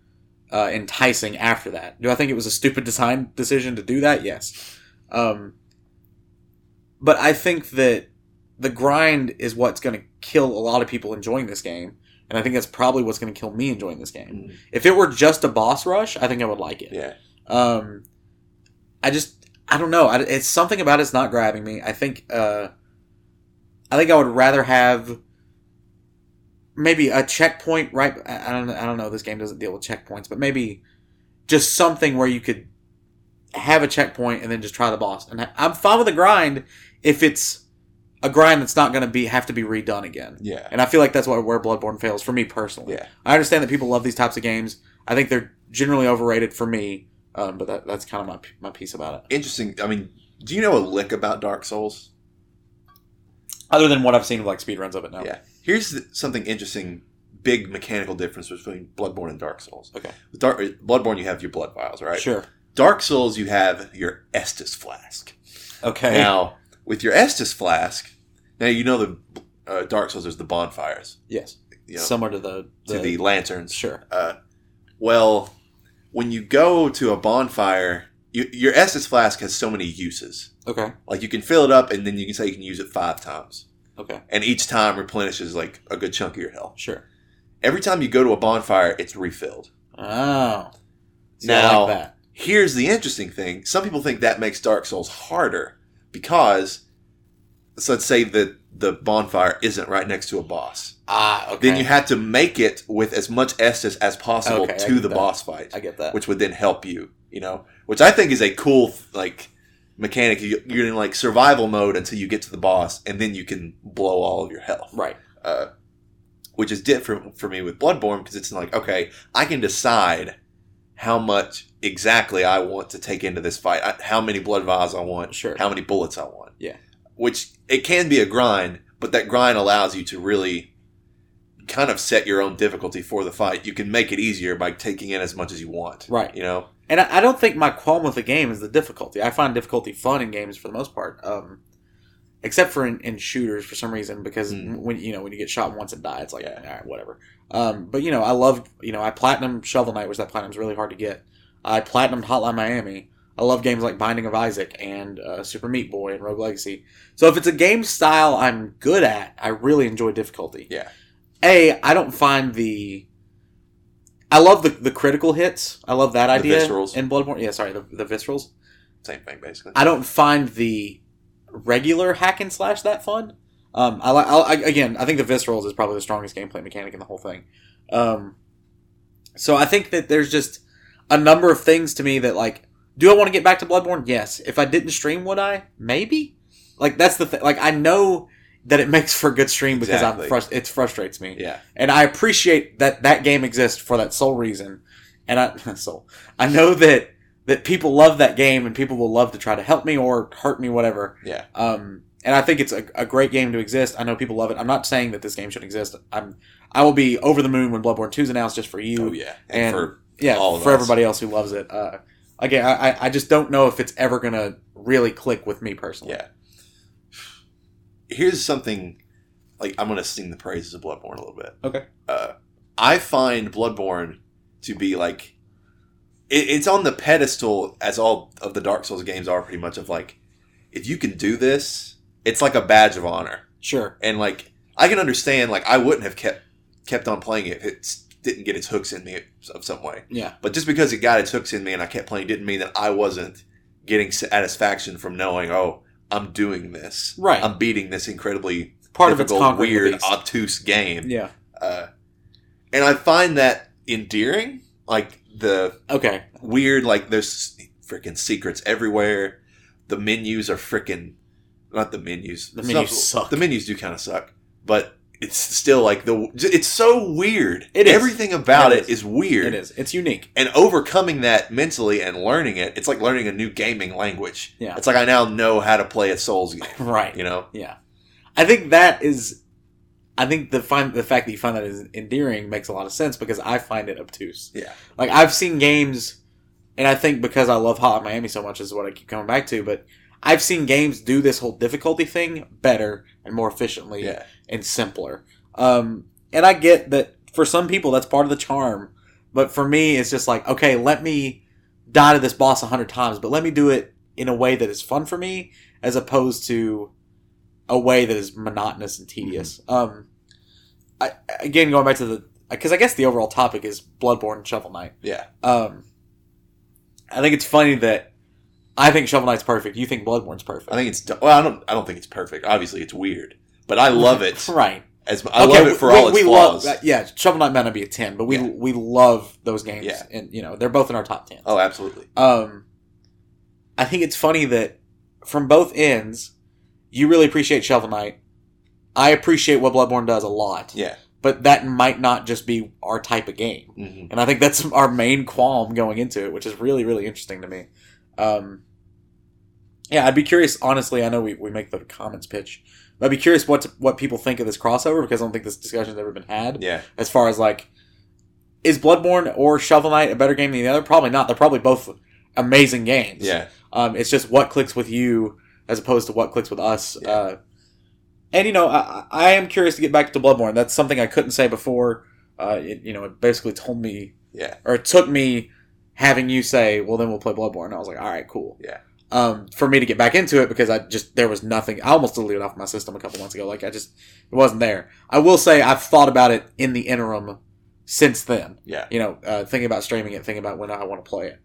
Speaker 1: uh, enticing after that. Do I think it was a stupid design decision to do that? Yes. Um, but I think that the grind is what's going to kill a lot of people enjoying this game, and I think that's probably what's going to kill me enjoying this game.
Speaker 2: Mm.
Speaker 1: If it were just a boss rush, I think I would like it.
Speaker 2: Yeah.
Speaker 1: Um, I just I don't know. I, it's something about it's not grabbing me. I think uh, I think I would rather have maybe a checkpoint right. I I don't I don't know. This game doesn't deal with checkpoints, but maybe just something where you could have a checkpoint and then just try the boss. And I- I'm fine with the grind if it's a grind that's not going to be have to be redone again.
Speaker 2: Yeah.
Speaker 1: And I feel like that's why where Bloodborne fails for me personally.
Speaker 2: Yeah.
Speaker 1: I understand that people love these types of games. I think they're generally overrated for me, um, but that, that's kind of my, my piece about it.
Speaker 2: Interesting. I mean, do you know a lick about Dark Souls?
Speaker 1: Other than what I've seen of like speedruns of it now.
Speaker 2: Yeah. Here's the, something interesting. Big mechanical difference between Bloodborne and Dark Souls.
Speaker 1: Okay.
Speaker 2: With Dark, Bloodborne, you have your blood vials, right?
Speaker 1: Sure.
Speaker 2: Dark Souls, you have your Estus flask.
Speaker 1: Okay.
Speaker 2: Now, with your Estus flask, now you know the uh, Dark Souls. There's the bonfires,
Speaker 1: yes.
Speaker 2: you know,
Speaker 1: Similar to the,
Speaker 2: to the lanterns.
Speaker 1: Sure.
Speaker 2: Uh, well, when you go to a bonfire, you, your Estus flask has so many uses.
Speaker 1: Okay.
Speaker 2: Like you can fill it up, and then you can say you can use it five times,
Speaker 1: Okay.
Speaker 2: and each time replenishes like a good chunk of your health.
Speaker 1: Sure.
Speaker 2: Every time you go to a bonfire, it's refilled.
Speaker 1: Oh. See, I
Speaker 2: Now-
Speaker 1: like that.
Speaker 2: Here's the interesting thing. Some people think that makes Dark Souls harder because so let's say that the bonfire isn't right next to a boss.
Speaker 1: Ah, okay.
Speaker 2: uh, Then you had to make it with as much Estus as possible
Speaker 1: Okay, I
Speaker 2: to
Speaker 1: get
Speaker 2: the
Speaker 1: that.
Speaker 2: boss fight,
Speaker 1: I get that.
Speaker 2: which would then help you. You know, which I think is a cool like mechanic. You- You're in like survival mode until you get to the boss, and then you can blow all of your health.
Speaker 1: right.
Speaker 2: Uh, which is different for me with Bloodborne because it's like okay, I can decide how much exactly I want to take into this fight, I, how many blood vials I want,
Speaker 1: Sure.
Speaker 2: how many bullets I want.
Speaker 1: Yeah.
Speaker 2: Which it can be a grind, but that grind allows you to really kind of set your own difficulty for the fight. You can make it easier by taking in as much as you want.
Speaker 1: Right.
Speaker 2: You know?
Speaker 1: And I, I don't think my qualm with the game is the difficulty. I find difficulty fun in games for the most part, um, except for in, in shooters for some reason. Because
Speaker 2: Mm.
Speaker 1: when you know when you get shot once and die, it's like eh,
Speaker 2: Yeah.
Speaker 1: all right, whatever. Um, but you know, I loved you know I platinum Shovel Knight, which that platinum's really hard to get. I platinum Hotline Miami. I love games like Binding of Isaac and uh, Super Meat Boy and Rogue Legacy. So if it's a game style I'm good at, I really enjoy difficulty.
Speaker 2: Yeah.
Speaker 1: A, I don't find the. I love the, the critical hits. I love that idea.
Speaker 2: viscerals.
Speaker 1: In Bloodborne. Yeah, sorry, the, the viscerals.
Speaker 2: Same thing, basically.
Speaker 1: I don't find the regular hack and slash that fun. Um, I, li- I, I again, I think the viscerals is probably the strongest gameplay mechanic in the whole thing. Um, so I think that there's just a number of things to me that like, do I want to get back to Bloodborne? Yes. If I didn't stream, would I? Maybe. Like that's the thing. Like I know that it makes for a good stream because
Speaker 2: Exactly.
Speaker 1: I'm frus- it frustrates me
Speaker 2: yeah.
Speaker 1: and I appreciate that that game exists for that sole reason. And I so I know that that people love that game and people will love to try to help me or hurt me, whatever.
Speaker 2: Yeah.
Speaker 1: Um, and I think it's a, a great game to exist. I know people love it. I'm not saying that this game should exist. I'm I will be over the moon when Bloodborne 2 is announced just for you.
Speaker 2: Oh, yeah.
Speaker 1: and-
Speaker 2: And, for
Speaker 1: yeah,
Speaker 2: all of
Speaker 1: for
Speaker 2: us.
Speaker 1: everybody else who loves it. Uh, again, I, I- I just don't know if it's ever gonna really click with me personally.
Speaker 2: Yeah. Here's something like I'm gonna sing the praises of Bloodborne a little bit.
Speaker 1: Okay.
Speaker 2: Uh, I find Bloodborne to be like it, it's on the pedestal as all of the Dark Souls games are pretty much of like if you can do this, it's like a badge of honor.
Speaker 1: Sure.
Speaker 2: And like I can understand like I wouldn't have kept kept on playing it if it didn't get its hooks in me of some way.
Speaker 1: Yeah.
Speaker 2: But just because it got its hooks in me and I kept playing didn't mean that I wasn't getting satisfaction from knowing, oh, I'm doing this.
Speaker 1: Right.
Speaker 2: I'm beating this incredibly
Speaker 1: Part of it's
Speaker 2: difficult,
Speaker 1: conquering the
Speaker 2: weird,
Speaker 1: beast.
Speaker 2: obtuse game.
Speaker 1: Yeah.
Speaker 2: Uh, and I find that endearing. Like the
Speaker 1: Okay.
Speaker 2: weird, like there's freaking secrets everywhere. The menus are freaking not the menus.
Speaker 1: The
Speaker 2: It's
Speaker 1: menus
Speaker 2: not-
Speaker 1: suck.
Speaker 2: The menus do kind of suck, but it's still like the. It's so weird.
Speaker 1: It is.
Speaker 2: Everything about
Speaker 1: It
Speaker 2: it
Speaker 1: is.
Speaker 2: is weird
Speaker 1: It is. It's unique.
Speaker 2: and overcoming that mentally and learning it, it's like learning a new gaming language.
Speaker 1: Yeah.
Speaker 2: It's like I now know how to play a Souls game.
Speaker 1: Right.
Speaker 2: You know?
Speaker 1: Yeah, I think that is. I think the find the fact that you find that is endearing makes a lot of sense because I find it obtuse.
Speaker 2: Yeah.
Speaker 1: like I've seen games, and I think because I love Hot Miami so much is what I keep coming back to. But I've seen games do this whole difficulty thing better and more efficiently
Speaker 2: Yeah.
Speaker 1: and simpler. Um, and I get that for some people that's part of the charm, but for me it's just like okay, let me die to this boss a hundred times, but let me do it in a way that is fun for me as opposed to a way that is monotonous and tedious.
Speaker 2: Mm-hmm.
Speaker 1: Um, I, again, going back to the because I guess the overall topic is Bloodborne and Shovel Knight.
Speaker 2: Yeah.
Speaker 1: Um, I think it's funny that I think Shovel Knight's perfect. You think Bloodborne's perfect.
Speaker 2: I think it's well, I don't I don't think it's perfect. Obviously it's weird. But I love it.
Speaker 1: right.
Speaker 2: As I love it for all its flaws.
Speaker 1: Love, yeah, Shovel Knight might not be a ten, but we
Speaker 2: Yeah.
Speaker 1: we love those games,
Speaker 2: Yeah.
Speaker 1: and you know they're both in our top ten.
Speaker 2: oh, absolutely.
Speaker 1: Um, I think it's funny that from both ends, you really appreciate Shovel Knight. I appreciate what Bloodborne does a lot,
Speaker 2: Yeah.
Speaker 1: but that might not just be our type of game,
Speaker 2: hmm
Speaker 1: and I think that's our main qualm going into it, which is really really interesting to me. Um, yeah, I'd be curious. Honestly, I know we, we make the comments pitch, but I'd be curious what what people think of this crossover because I don't think this discussion's ever been had
Speaker 2: Yeah.
Speaker 1: as far as like is Bloodborne or Shovel Knight a better game than the other? Probably not. They're probably both amazing games.
Speaker 2: Yeah.
Speaker 1: Um, it's just what clicks with you as opposed to what clicks with us.
Speaker 2: Yeah.
Speaker 1: Uh, and you know, I, I I am curious to get back to Bloodborne. That's something I couldn't say before. Uh, it, you know, it basically told me,
Speaker 2: Yeah.
Speaker 1: or it took me having you say, "Well, then we'll play Bloodborne." And I was like, "All right, cool."
Speaker 2: Yeah.
Speaker 1: Um, for me to get back into it because I just there was nothing. I almost deleted it off my system a couple months ago. Like I just it wasn't there. I will say I've thought about it in the interim since then
Speaker 2: Yeah.
Speaker 1: you know, uh, thinking about streaming it, thinking about when I want to play it.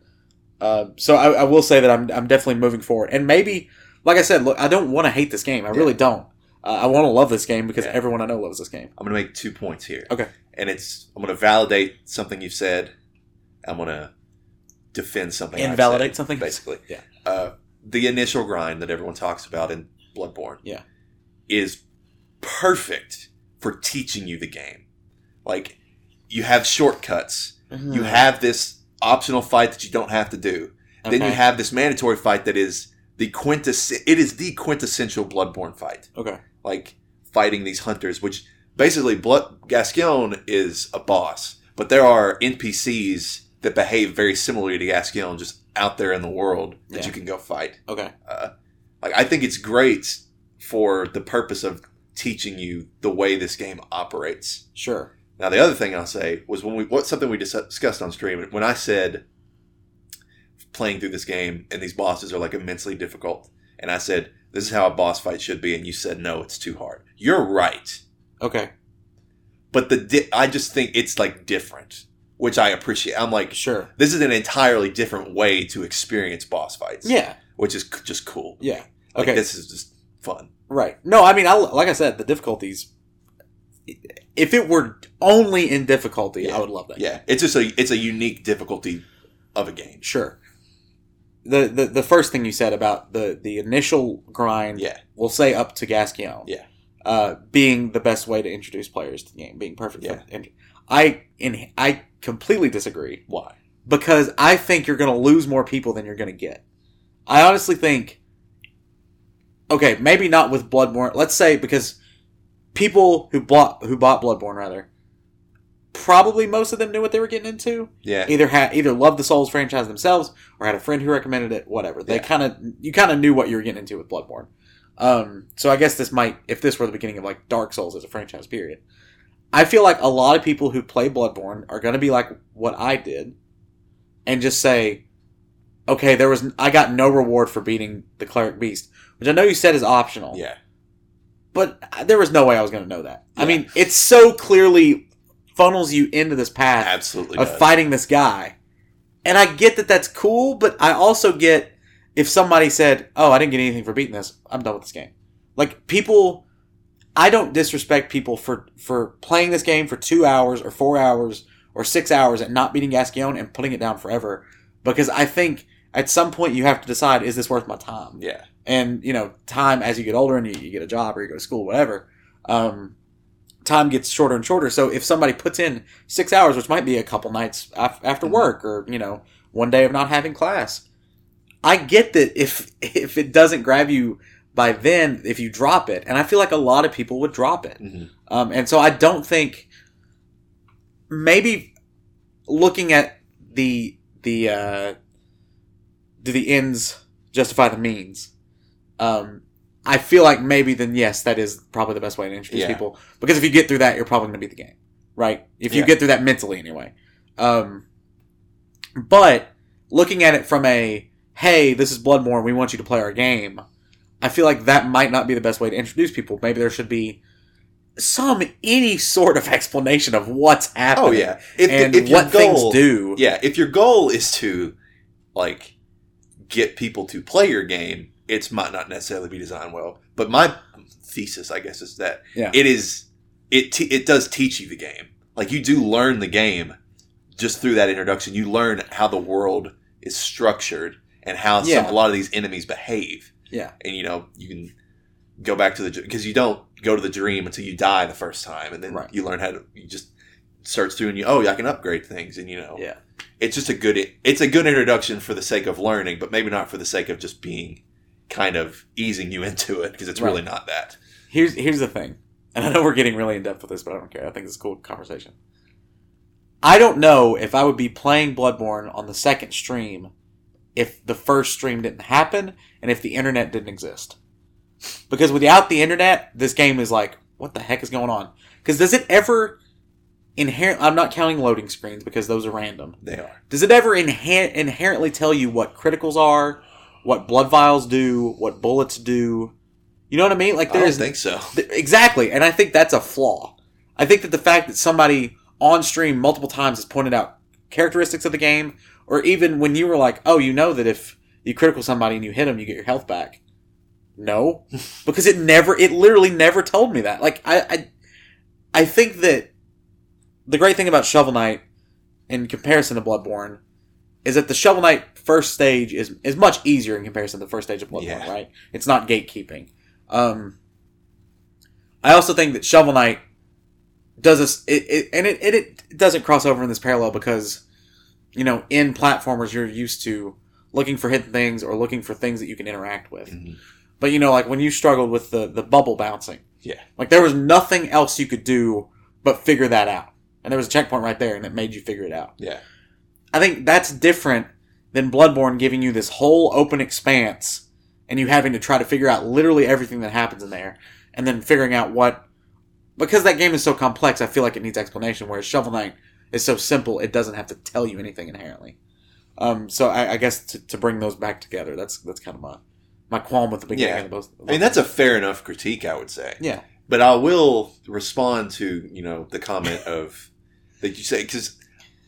Speaker 1: Uh, so I, I will say that I'm, I'm definitely moving forward, and maybe, like I said, look, I don't want to hate this game. I really don't. Uh, I want to love this game because
Speaker 2: Yeah.
Speaker 1: everyone I know loves this game.
Speaker 2: I'm going to make two points here.
Speaker 1: Okay.
Speaker 2: And it's I'm going to validate something you've said. I'm going to defend something. I've
Speaker 1: Invalidate
Speaker 2: said,
Speaker 1: something?
Speaker 2: basically.
Speaker 1: Yeah.
Speaker 2: Uh, the initial grind that everyone talks about in Bloodborne.
Speaker 1: Yeah.
Speaker 2: Is perfect for teaching you the game. Like you have shortcuts. You
Speaker 1: Hmm.
Speaker 2: have this optional fight that you don't have to do. Then you
Speaker 1: Okay.
Speaker 2: have this mandatory fight that is the quintess. It is the quintessential Bloodborne fight
Speaker 1: okay.
Speaker 2: like fighting these hunters, which basically Blood Gascon is a boss, but there are NPCs that behave very similarly to Gascon, just out there in the world that
Speaker 1: Yeah.
Speaker 2: you can go fight.
Speaker 1: Okay.
Speaker 2: Like I think it's great for the purpose of teaching you the way this game operates.
Speaker 1: Sure.
Speaker 2: Now the other thing I'll say was when we what something we dis- discussed on stream when I said playing through this game and these bosses are like immensely difficult, and I said this is how a boss fight should be, and you said no, it's too hard. You're right,
Speaker 1: Okay.
Speaker 2: but the di- I just think it's like different, which I appreciate. I'm like
Speaker 1: Sure.
Speaker 2: this is an entirely different way to experience boss fights,
Speaker 1: Yeah.
Speaker 2: which is c- just cool.
Speaker 1: Yeah.
Speaker 2: Like
Speaker 1: Okay.
Speaker 2: this is just fun.
Speaker 1: Right. No, I mean, I, like I said, the difficulties. If it were only in difficulty,
Speaker 2: Yeah.
Speaker 1: I would love that.
Speaker 2: Yeah, it's just a it's a unique difficulty of a game.
Speaker 1: Sure. The, the the first thing you said about the the initial grind,
Speaker 2: Yeah.
Speaker 1: we'll say up to Gascon,
Speaker 2: Yeah.
Speaker 1: uh, being the best way to introduce players to the game, being perfect. for-
Speaker 2: Yeah.
Speaker 1: and I and I completely disagree.
Speaker 2: Why?
Speaker 1: because I think you're going to lose more people than you're going to get. I honestly think, okay, maybe not with Bloodborne. Let's say because people who bought who bought Bloodborne rather, probably most of them knew what they were getting into.
Speaker 2: Yeah,
Speaker 1: Either had either loved the Souls franchise themselves or had a friend who recommended it. Whatever, they
Speaker 2: Yeah.
Speaker 1: kind of you kind of knew what you were getting into with Bloodborne. Um, so I guess this might, if this were the beginning of like Dark Souls as a franchise, period. I feel like a lot of people who play Bloodborne are going to be like what I did, and just say, "Okay, there was I got no reward for beating the cleric beast," which I know you said is optional.
Speaker 2: yeah,
Speaker 1: But I- there was no way I was going to know that. I
Speaker 2: Yeah.
Speaker 1: mean, it so clearly funnels you into this path
Speaker 2: absolutely.
Speaker 1: of
Speaker 2: does.
Speaker 1: fighting this guy, and I get that that's cool, but I also get if somebody said, "Oh, I didn't get anything for beating this. I'm done with this game." Like people. I don't disrespect people for for playing this game for two hours or four hours or six hours and not beating Gascon and putting it down forever because I think at some point you have to decide is this worth my time
Speaker 2: yeah,
Speaker 1: and you know time as you get older and you, you get a job or you go to school whatever um, time gets shorter and shorter so if somebody puts in six hours which might be a couple nights af- after
Speaker 2: Mhm.
Speaker 1: work or you know one day of not having class i get that if if it doesn't grab you by then if you drop it and i feel like a lot of people would drop it
Speaker 2: hmm
Speaker 1: um, and so I don't think maybe looking at the the uh, do the ends justify the means. Um, I feel like maybe then yes, that is probably the best way to introduce
Speaker 2: Yeah.
Speaker 1: people because if you get through that, you're probably going to beat the game, right? If you
Speaker 2: Yeah.
Speaker 1: get through that mentally anyway. Um, but looking at it from a hey, this is Bloodborne, we want you to play our game. I feel like that might not be the best way to introduce people. Maybe there should be some any sort of explanation of what's happening.
Speaker 2: Oh yeah. If,
Speaker 1: and
Speaker 2: if your
Speaker 1: what
Speaker 2: goal-
Speaker 1: things do.
Speaker 2: Yeah, if your goal is to like get people to play your game, it might not necessarily be designed well. But my thesis, I guess, is that
Speaker 1: Yeah.
Speaker 2: it is it te- it does teach you the game. Like you do learn the game just through that introduction. You learn how the world is structured and how some,
Speaker 1: Yeah.
Speaker 2: a lot of these enemies behave.
Speaker 1: Yeah.
Speaker 2: and you know you can go back to the because you don't go to the dream until you die the first time, and then
Speaker 1: Right.
Speaker 2: you learn how to you just search through and you oh yeah, I can upgrade things, and you know
Speaker 1: Yeah.
Speaker 2: it's just a good it's a good introduction for the sake of learning, but maybe not for the sake of just being kind of easing you into it because it's
Speaker 1: Right.
Speaker 2: really not that.
Speaker 1: Here's here's the thing, and I know we're getting really in depth with this, but I don't care. I think it's a cool conversation. I don't know if I would be playing Bloodborne on the second stream if the first stream didn't happen and if the internet didn't exist. Because without the internet, this game is like, what the heck is going on? Because does it ever inherent? I'm not counting loading screens because those are random.
Speaker 2: They are
Speaker 1: Does it ever inha- inherently tell you what criticals are, what blood vials do, what bullets do? You know what I mean? Like
Speaker 2: I
Speaker 1: there
Speaker 2: don't
Speaker 1: is
Speaker 2: think so.
Speaker 1: th- exactly, and I think that's a flaw. I think that the fact that somebody on stream multiple times has pointed out characteristics of the game, or even when you were like, "Oh, you know that if you critical somebody and you hit them, you get your health back." No, because it never, it literally never told me that. Like I, I, I think that the great thing about Shovel Knight, in comparison to Bloodborne, is that the Shovel Knight first stage is is much easier in comparison to the first stage of Bloodborne.
Speaker 2: Yeah.
Speaker 1: Right? It's not gatekeeping. Um, I also think that Shovel Knight does this, it, it and it, it it doesn't cross over in this parallel because, you know, in platformers you're used to looking for hidden things or looking for things that you can interact with.
Speaker 2: Mm-hmm.
Speaker 1: But you know, like when you struggled with the the bubble bouncing,
Speaker 2: Yeah.
Speaker 1: like there was nothing else you could do but figure that out, and there was a checkpoint right there, and it made you figure it out.
Speaker 2: Yeah.
Speaker 1: I think that's different than Bloodborne giving you this whole open expanse, and you having to try to figure out literally everything that happens in there, and then figuring out what because that game is so complex. I feel like it needs explanation. Whereas Shovel Knight is so simple, it doesn't have to tell you anything inherently. Um, so I, I guess to, to bring those back together, that's that's kind of my my qualm with the beginning
Speaker 2: Yeah.
Speaker 1: of both.
Speaker 2: I mean, that's a fair enough critique, I would say.
Speaker 1: Yeah.
Speaker 2: But I will respond to you know the comment of that you say because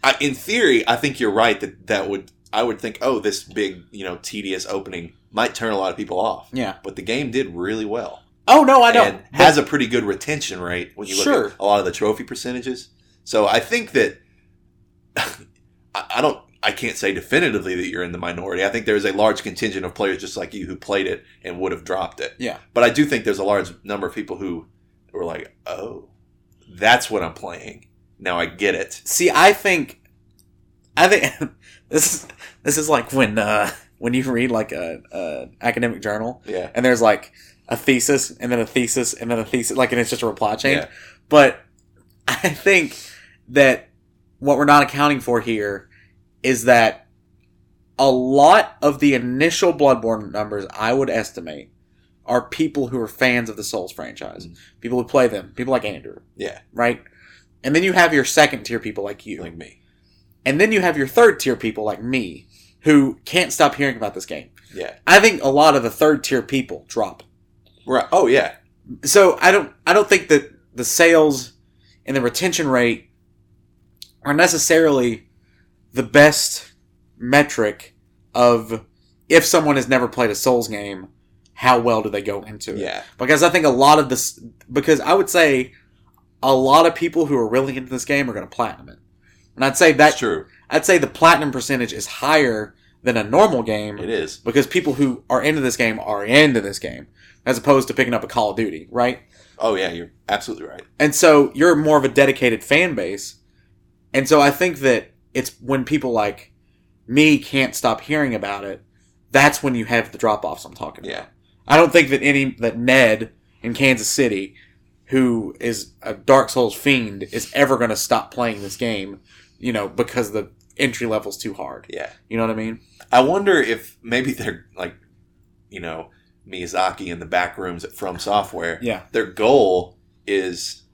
Speaker 2: I, in theory, I think you're right that that would I would think oh this big you know tedious opening might turn a lot of people off,
Speaker 1: Yeah.
Speaker 2: but the game did really well
Speaker 1: Oh no, I don't.
Speaker 2: and has a pretty good retention rate when you look
Speaker 1: Sure.
Speaker 2: at a lot of the trophy percentages. So I think that I, I don't. I can't say definitively that you're in the minority. I think there's a large contingent of players just like you who played it and would have dropped it.
Speaker 1: Yeah.
Speaker 2: But I do think there's a large number of people who were like, "Oh, that's what I'm playing. Now I get it."
Speaker 1: See, I think, I think this is, this is like when uh, when you read like a, a academic journal
Speaker 2: Yeah.
Speaker 1: and there's like a thesis and then a thesis and then a thesis, like and it's just a reply chain.
Speaker 2: Yeah.
Speaker 1: But I think that what we're not accounting for here is that a lot of the initial Bloodborne numbers I would estimate are people who are fans of the Souls franchise,
Speaker 2: Mhm.
Speaker 1: people who play them, people like Andrew,
Speaker 2: Yeah.
Speaker 1: right? And then you have your second tier people like you.
Speaker 2: Like me.
Speaker 1: And then you have your third tier people like me who can't stop hearing about this game.
Speaker 2: Yeah.
Speaker 1: I think a lot of the third tier people drop.
Speaker 2: Right. Oh yeah.
Speaker 1: So I don't I don't think that the sales and the retention rate are necessarily the best metric of if someone has never played a Souls game, how well do they go into it?
Speaker 2: Yeah.
Speaker 1: Because I think a lot of this, because I would say a lot of people who are really into this game are going to platinum it. And I'd say that
Speaker 2: That's true.
Speaker 1: I'd say the platinum percentage is higher than a normal game
Speaker 2: It is.
Speaker 1: because people who are into this game are into this game as opposed to picking up a Call of Duty, right?
Speaker 2: Oh yeah. You're absolutely right.
Speaker 1: And so you're more of a dedicated fan base. And so I think that it's when people like me can't stop hearing about it, that's when you have the drop offs I'm talking about.
Speaker 2: Yeah.
Speaker 1: I don't think that any that Ned in Kansas City, who is a Dark Souls fiend, is ever going to stop playing this game, you know, because the entry level's too hard.
Speaker 2: Yeah.
Speaker 1: You know what I mean?
Speaker 2: I wonder if maybe they're like, you know, Miyazaki in the back rooms at From Software.
Speaker 1: Yeah.
Speaker 2: Their goal is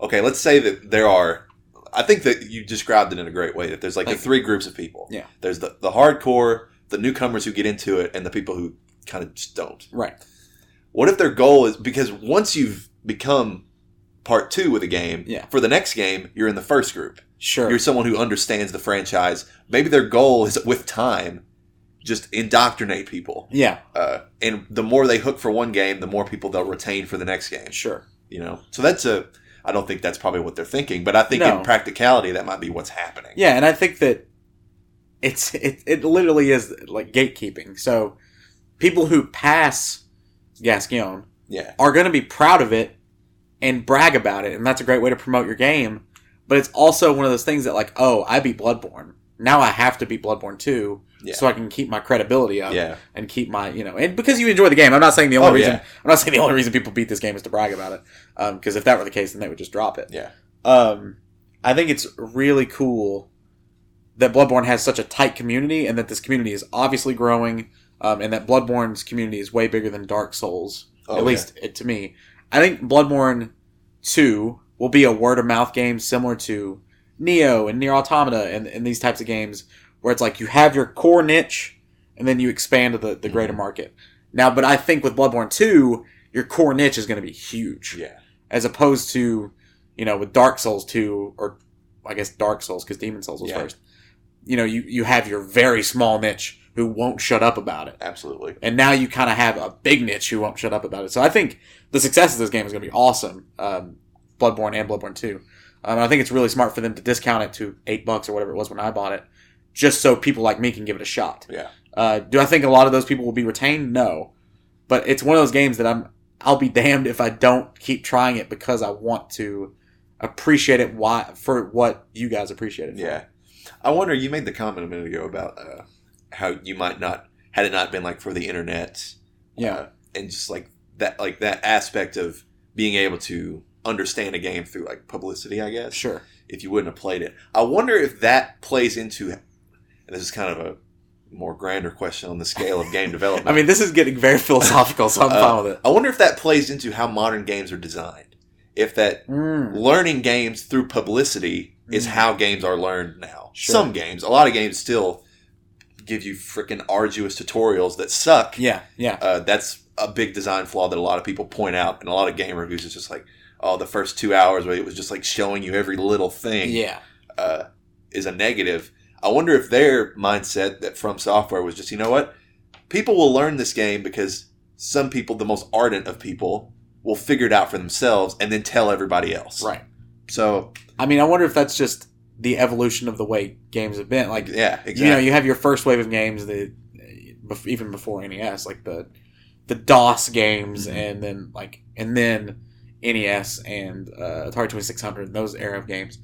Speaker 2: okay. Let's say that there are. I think that you described it in a great way. That there's like the
Speaker 1: Thank you.
Speaker 2: three groups of people.
Speaker 1: Yeah.
Speaker 2: There's the the hardcore, the newcomers who get into it, and the people who kind of just don't.
Speaker 1: Right.
Speaker 2: What if their goal is because once you've become part two with a game,
Speaker 1: Yeah.
Speaker 2: for the next game you're in the first group
Speaker 1: Sure.
Speaker 2: you're someone who understands the franchise. Maybe their goal is with time, just indoctrinate people.
Speaker 1: yeah.
Speaker 2: Uh, and the more they hook for one game, the more people they'll retain for the next game.
Speaker 1: Sure.
Speaker 2: You know, so that's a. I don't think that's probably what they're thinking, but I think
Speaker 1: No.
Speaker 2: in practicality that might be what's happening.
Speaker 1: Yeah, and I think that it's it, it literally is like gatekeeping. So people who pass Gascon
Speaker 2: Yeah.
Speaker 1: are going to be proud of it and brag about it, and that's a great way to promote your game. But it's also one of those things that like, oh, I beat Bloodborne. Now I have to beat Bloodborne too,
Speaker 2: Yeah.
Speaker 1: so I can keep my credibility up
Speaker 2: Yeah.
Speaker 1: and keep my you know. And because you enjoy the game, I'm not saying the only
Speaker 2: Oh,
Speaker 1: reason
Speaker 2: yeah.
Speaker 1: I'm not saying the only reason people beat this game is to brag about it. Because if that were the case, then they would just drop it.
Speaker 2: Yeah.
Speaker 1: Um, I think it's really cool that Bloodborne has such a tight community, and that this community is obviously growing, um, and that Bloodborne's community is way bigger than Dark Souls,
Speaker 2: Oh,
Speaker 1: at
Speaker 2: yeah.
Speaker 1: least it, to me. I think Bloodborne Two will be a word of mouth game similar to Neo and Near Automata and, and these types of games where it's like you have your core niche and then you expand to the, the greater
Speaker 2: Mhm.
Speaker 1: market. Now, but I think with Bloodborne 2, your core niche is going to be huge
Speaker 2: Yeah.
Speaker 1: as opposed to, you know, with Dark Souls 2 or I guess Dark Souls because Demon Souls was
Speaker 2: Yeah.
Speaker 1: first. You know, you, you have your very small niche who won't shut up about it.
Speaker 2: Absolutely.
Speaker 1: And now you kind of have a big niche who won't shut up about it. So I think the success of this game is going to be awesome. Um, Bloodborne and Bloodborne 2. Um, I think it's really smart for them to discount it to eight bucks or whatever it was when I bought it, just so people like me can give it a shot.
Speaker 2: Yeah.
Speaker 1: Uh, do I think a lot of those people will be retained? No, but it's one of those games that I'm. I'll be damned if I don't keep trying it because I want to appreciate it. Why for what you guys appreciate it? for.
Speaker 2: Yeah. I wonder. You made the comment a minute ago about uh, how you might not had it not been like for the internet.
Speaker 1: Yeah.
Speaker 2: uh, and just like that, like that aspect of being able to understand a game through like publicity, I guess.
Speaker 1: Sure.
Speaker 2: if you wouldn't have played it. I wonder if that plays into. And this is kind of a more grander question on the scale of game development.
Speaker 1: I mean, this is getting very philosophical, so I'm
Speaker 2: Uh,
Speaker 1: fine with it.
Speaker 2: I wonder if that plays into how modern games are designed. If that
Speaker 1: Mm.
Speaker 2: learning games through publicity is
Speaker 1: Mm.
Speaker 2: how games are learned now.
Speaker 1: Sure.
Speaker 2: Some games, a lot of games still give you freaking arduous tutorials that suck.
Speaker 1: Yeah. Yeah.
Speaker 2: Uh, that's a big design flaw that a lot of people point out, and a lot of game reviews is just like, oh, the first two hours where it was just like showing you every little thing
Speaker 1: Yeah.
Speaker 2: uh, is a negative. I wonder if their mindset that from software was just, you know what, people will learn this game because some people, the most ardent of people, will figure it out for themselves and then tell everybody else.
Speaker 1: Right.
Speaker 2: So
Speaker 1: I mean, I wonder if that's just the evolution of the way games have been. Like, you
Speaker 2: yeah,
Speaker 1: know,
Speaker 2: exactly.
Speaker 1: you have your first wave of games that bef- even before NES, like the the DOS games,
Speaker 2: Mhm.
Speaker 1: and then like and then NES and uh, Atari Twenty Six Hundred, those era of games,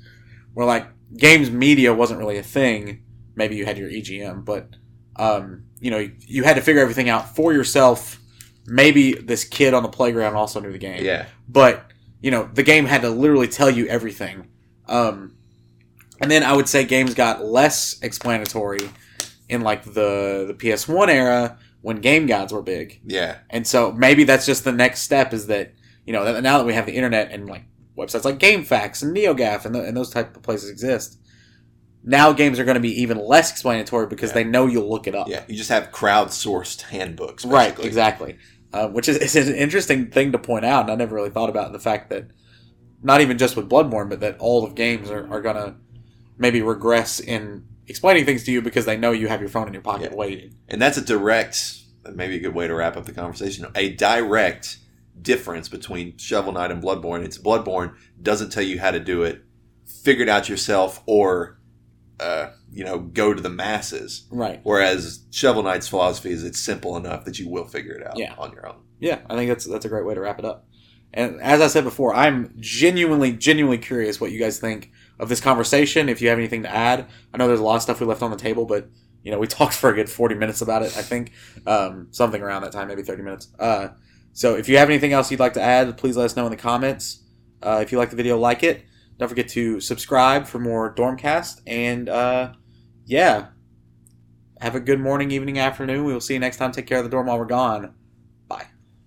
Speaker 1: where like games media wasn't really a thing. Maybe you had your EGM, but um, you know, you, you had to figure everything out for yourself. Maybe this kid on the playground also knew the game
Speaker 2: yeah,
Speaker 1: but you know the game had to literally tell you everything um, and then i would say games got less explanatory in like the the ps1 era when game guides were big
Speaker 2: yeah,
Speaker 1: and so maybe that's just the next step is that you know that, now that we have the internet and like websites like GameFAQs and NeoGAF and, tho- and those type of places exist now games are going to be even less explanatory because
Speaker 2: Yeah.
Speaker 1: they know you'll look it up
Speaker 2: yeah. You just have crowdsourced handbooks,
Speaker 1: Uh, Right,
Speaker 2: basically.
Speaker 1: exactly. Uh, which is it's an interesting thing to point out, and I never really thought about the fact that not even just with Bloodborne, but that all of games are, are gonna maybe regress in explaining things to you because they know you have your phone in your pocket
Speaker 2: Yeah.
Speaker 1: waiting.
Speaker 2: And that's a direct, maybe a good way to wrap up the conversation. A direct difference between Shovel Knight and Bloodborne. It's Bloodborne doesn't tell you how to do it, figure it out yourself, or uh, you know, go to the masses.
Speaker 1: Right.
Speaker 2: Whereas Shovel Knight's philosophy is it's simple enough that you will figure it out
Speaker 1: Yeah.
Speaker 2: on your own.
Speaker 1: Yeah, I think that's that's a great way to wrap it up. And as I said before, I'm genuinely, genuinely curious what you guys think of this conversation. If you have anything to add, I know there's a lot of stuff we left on the table, but you know we talked for a good 40 minutes about it. I think um, something around that time, maybe 30 minutes. Uh, so if you have anything else you'd like to add, please let us know in the comments. Uh, if you like the video, like it. Don't forget to subscribe for more Dormcast. And uh, yeah, have a good morning, evening, afternoon. We will see you next time. Take care of the dorm while we're gone.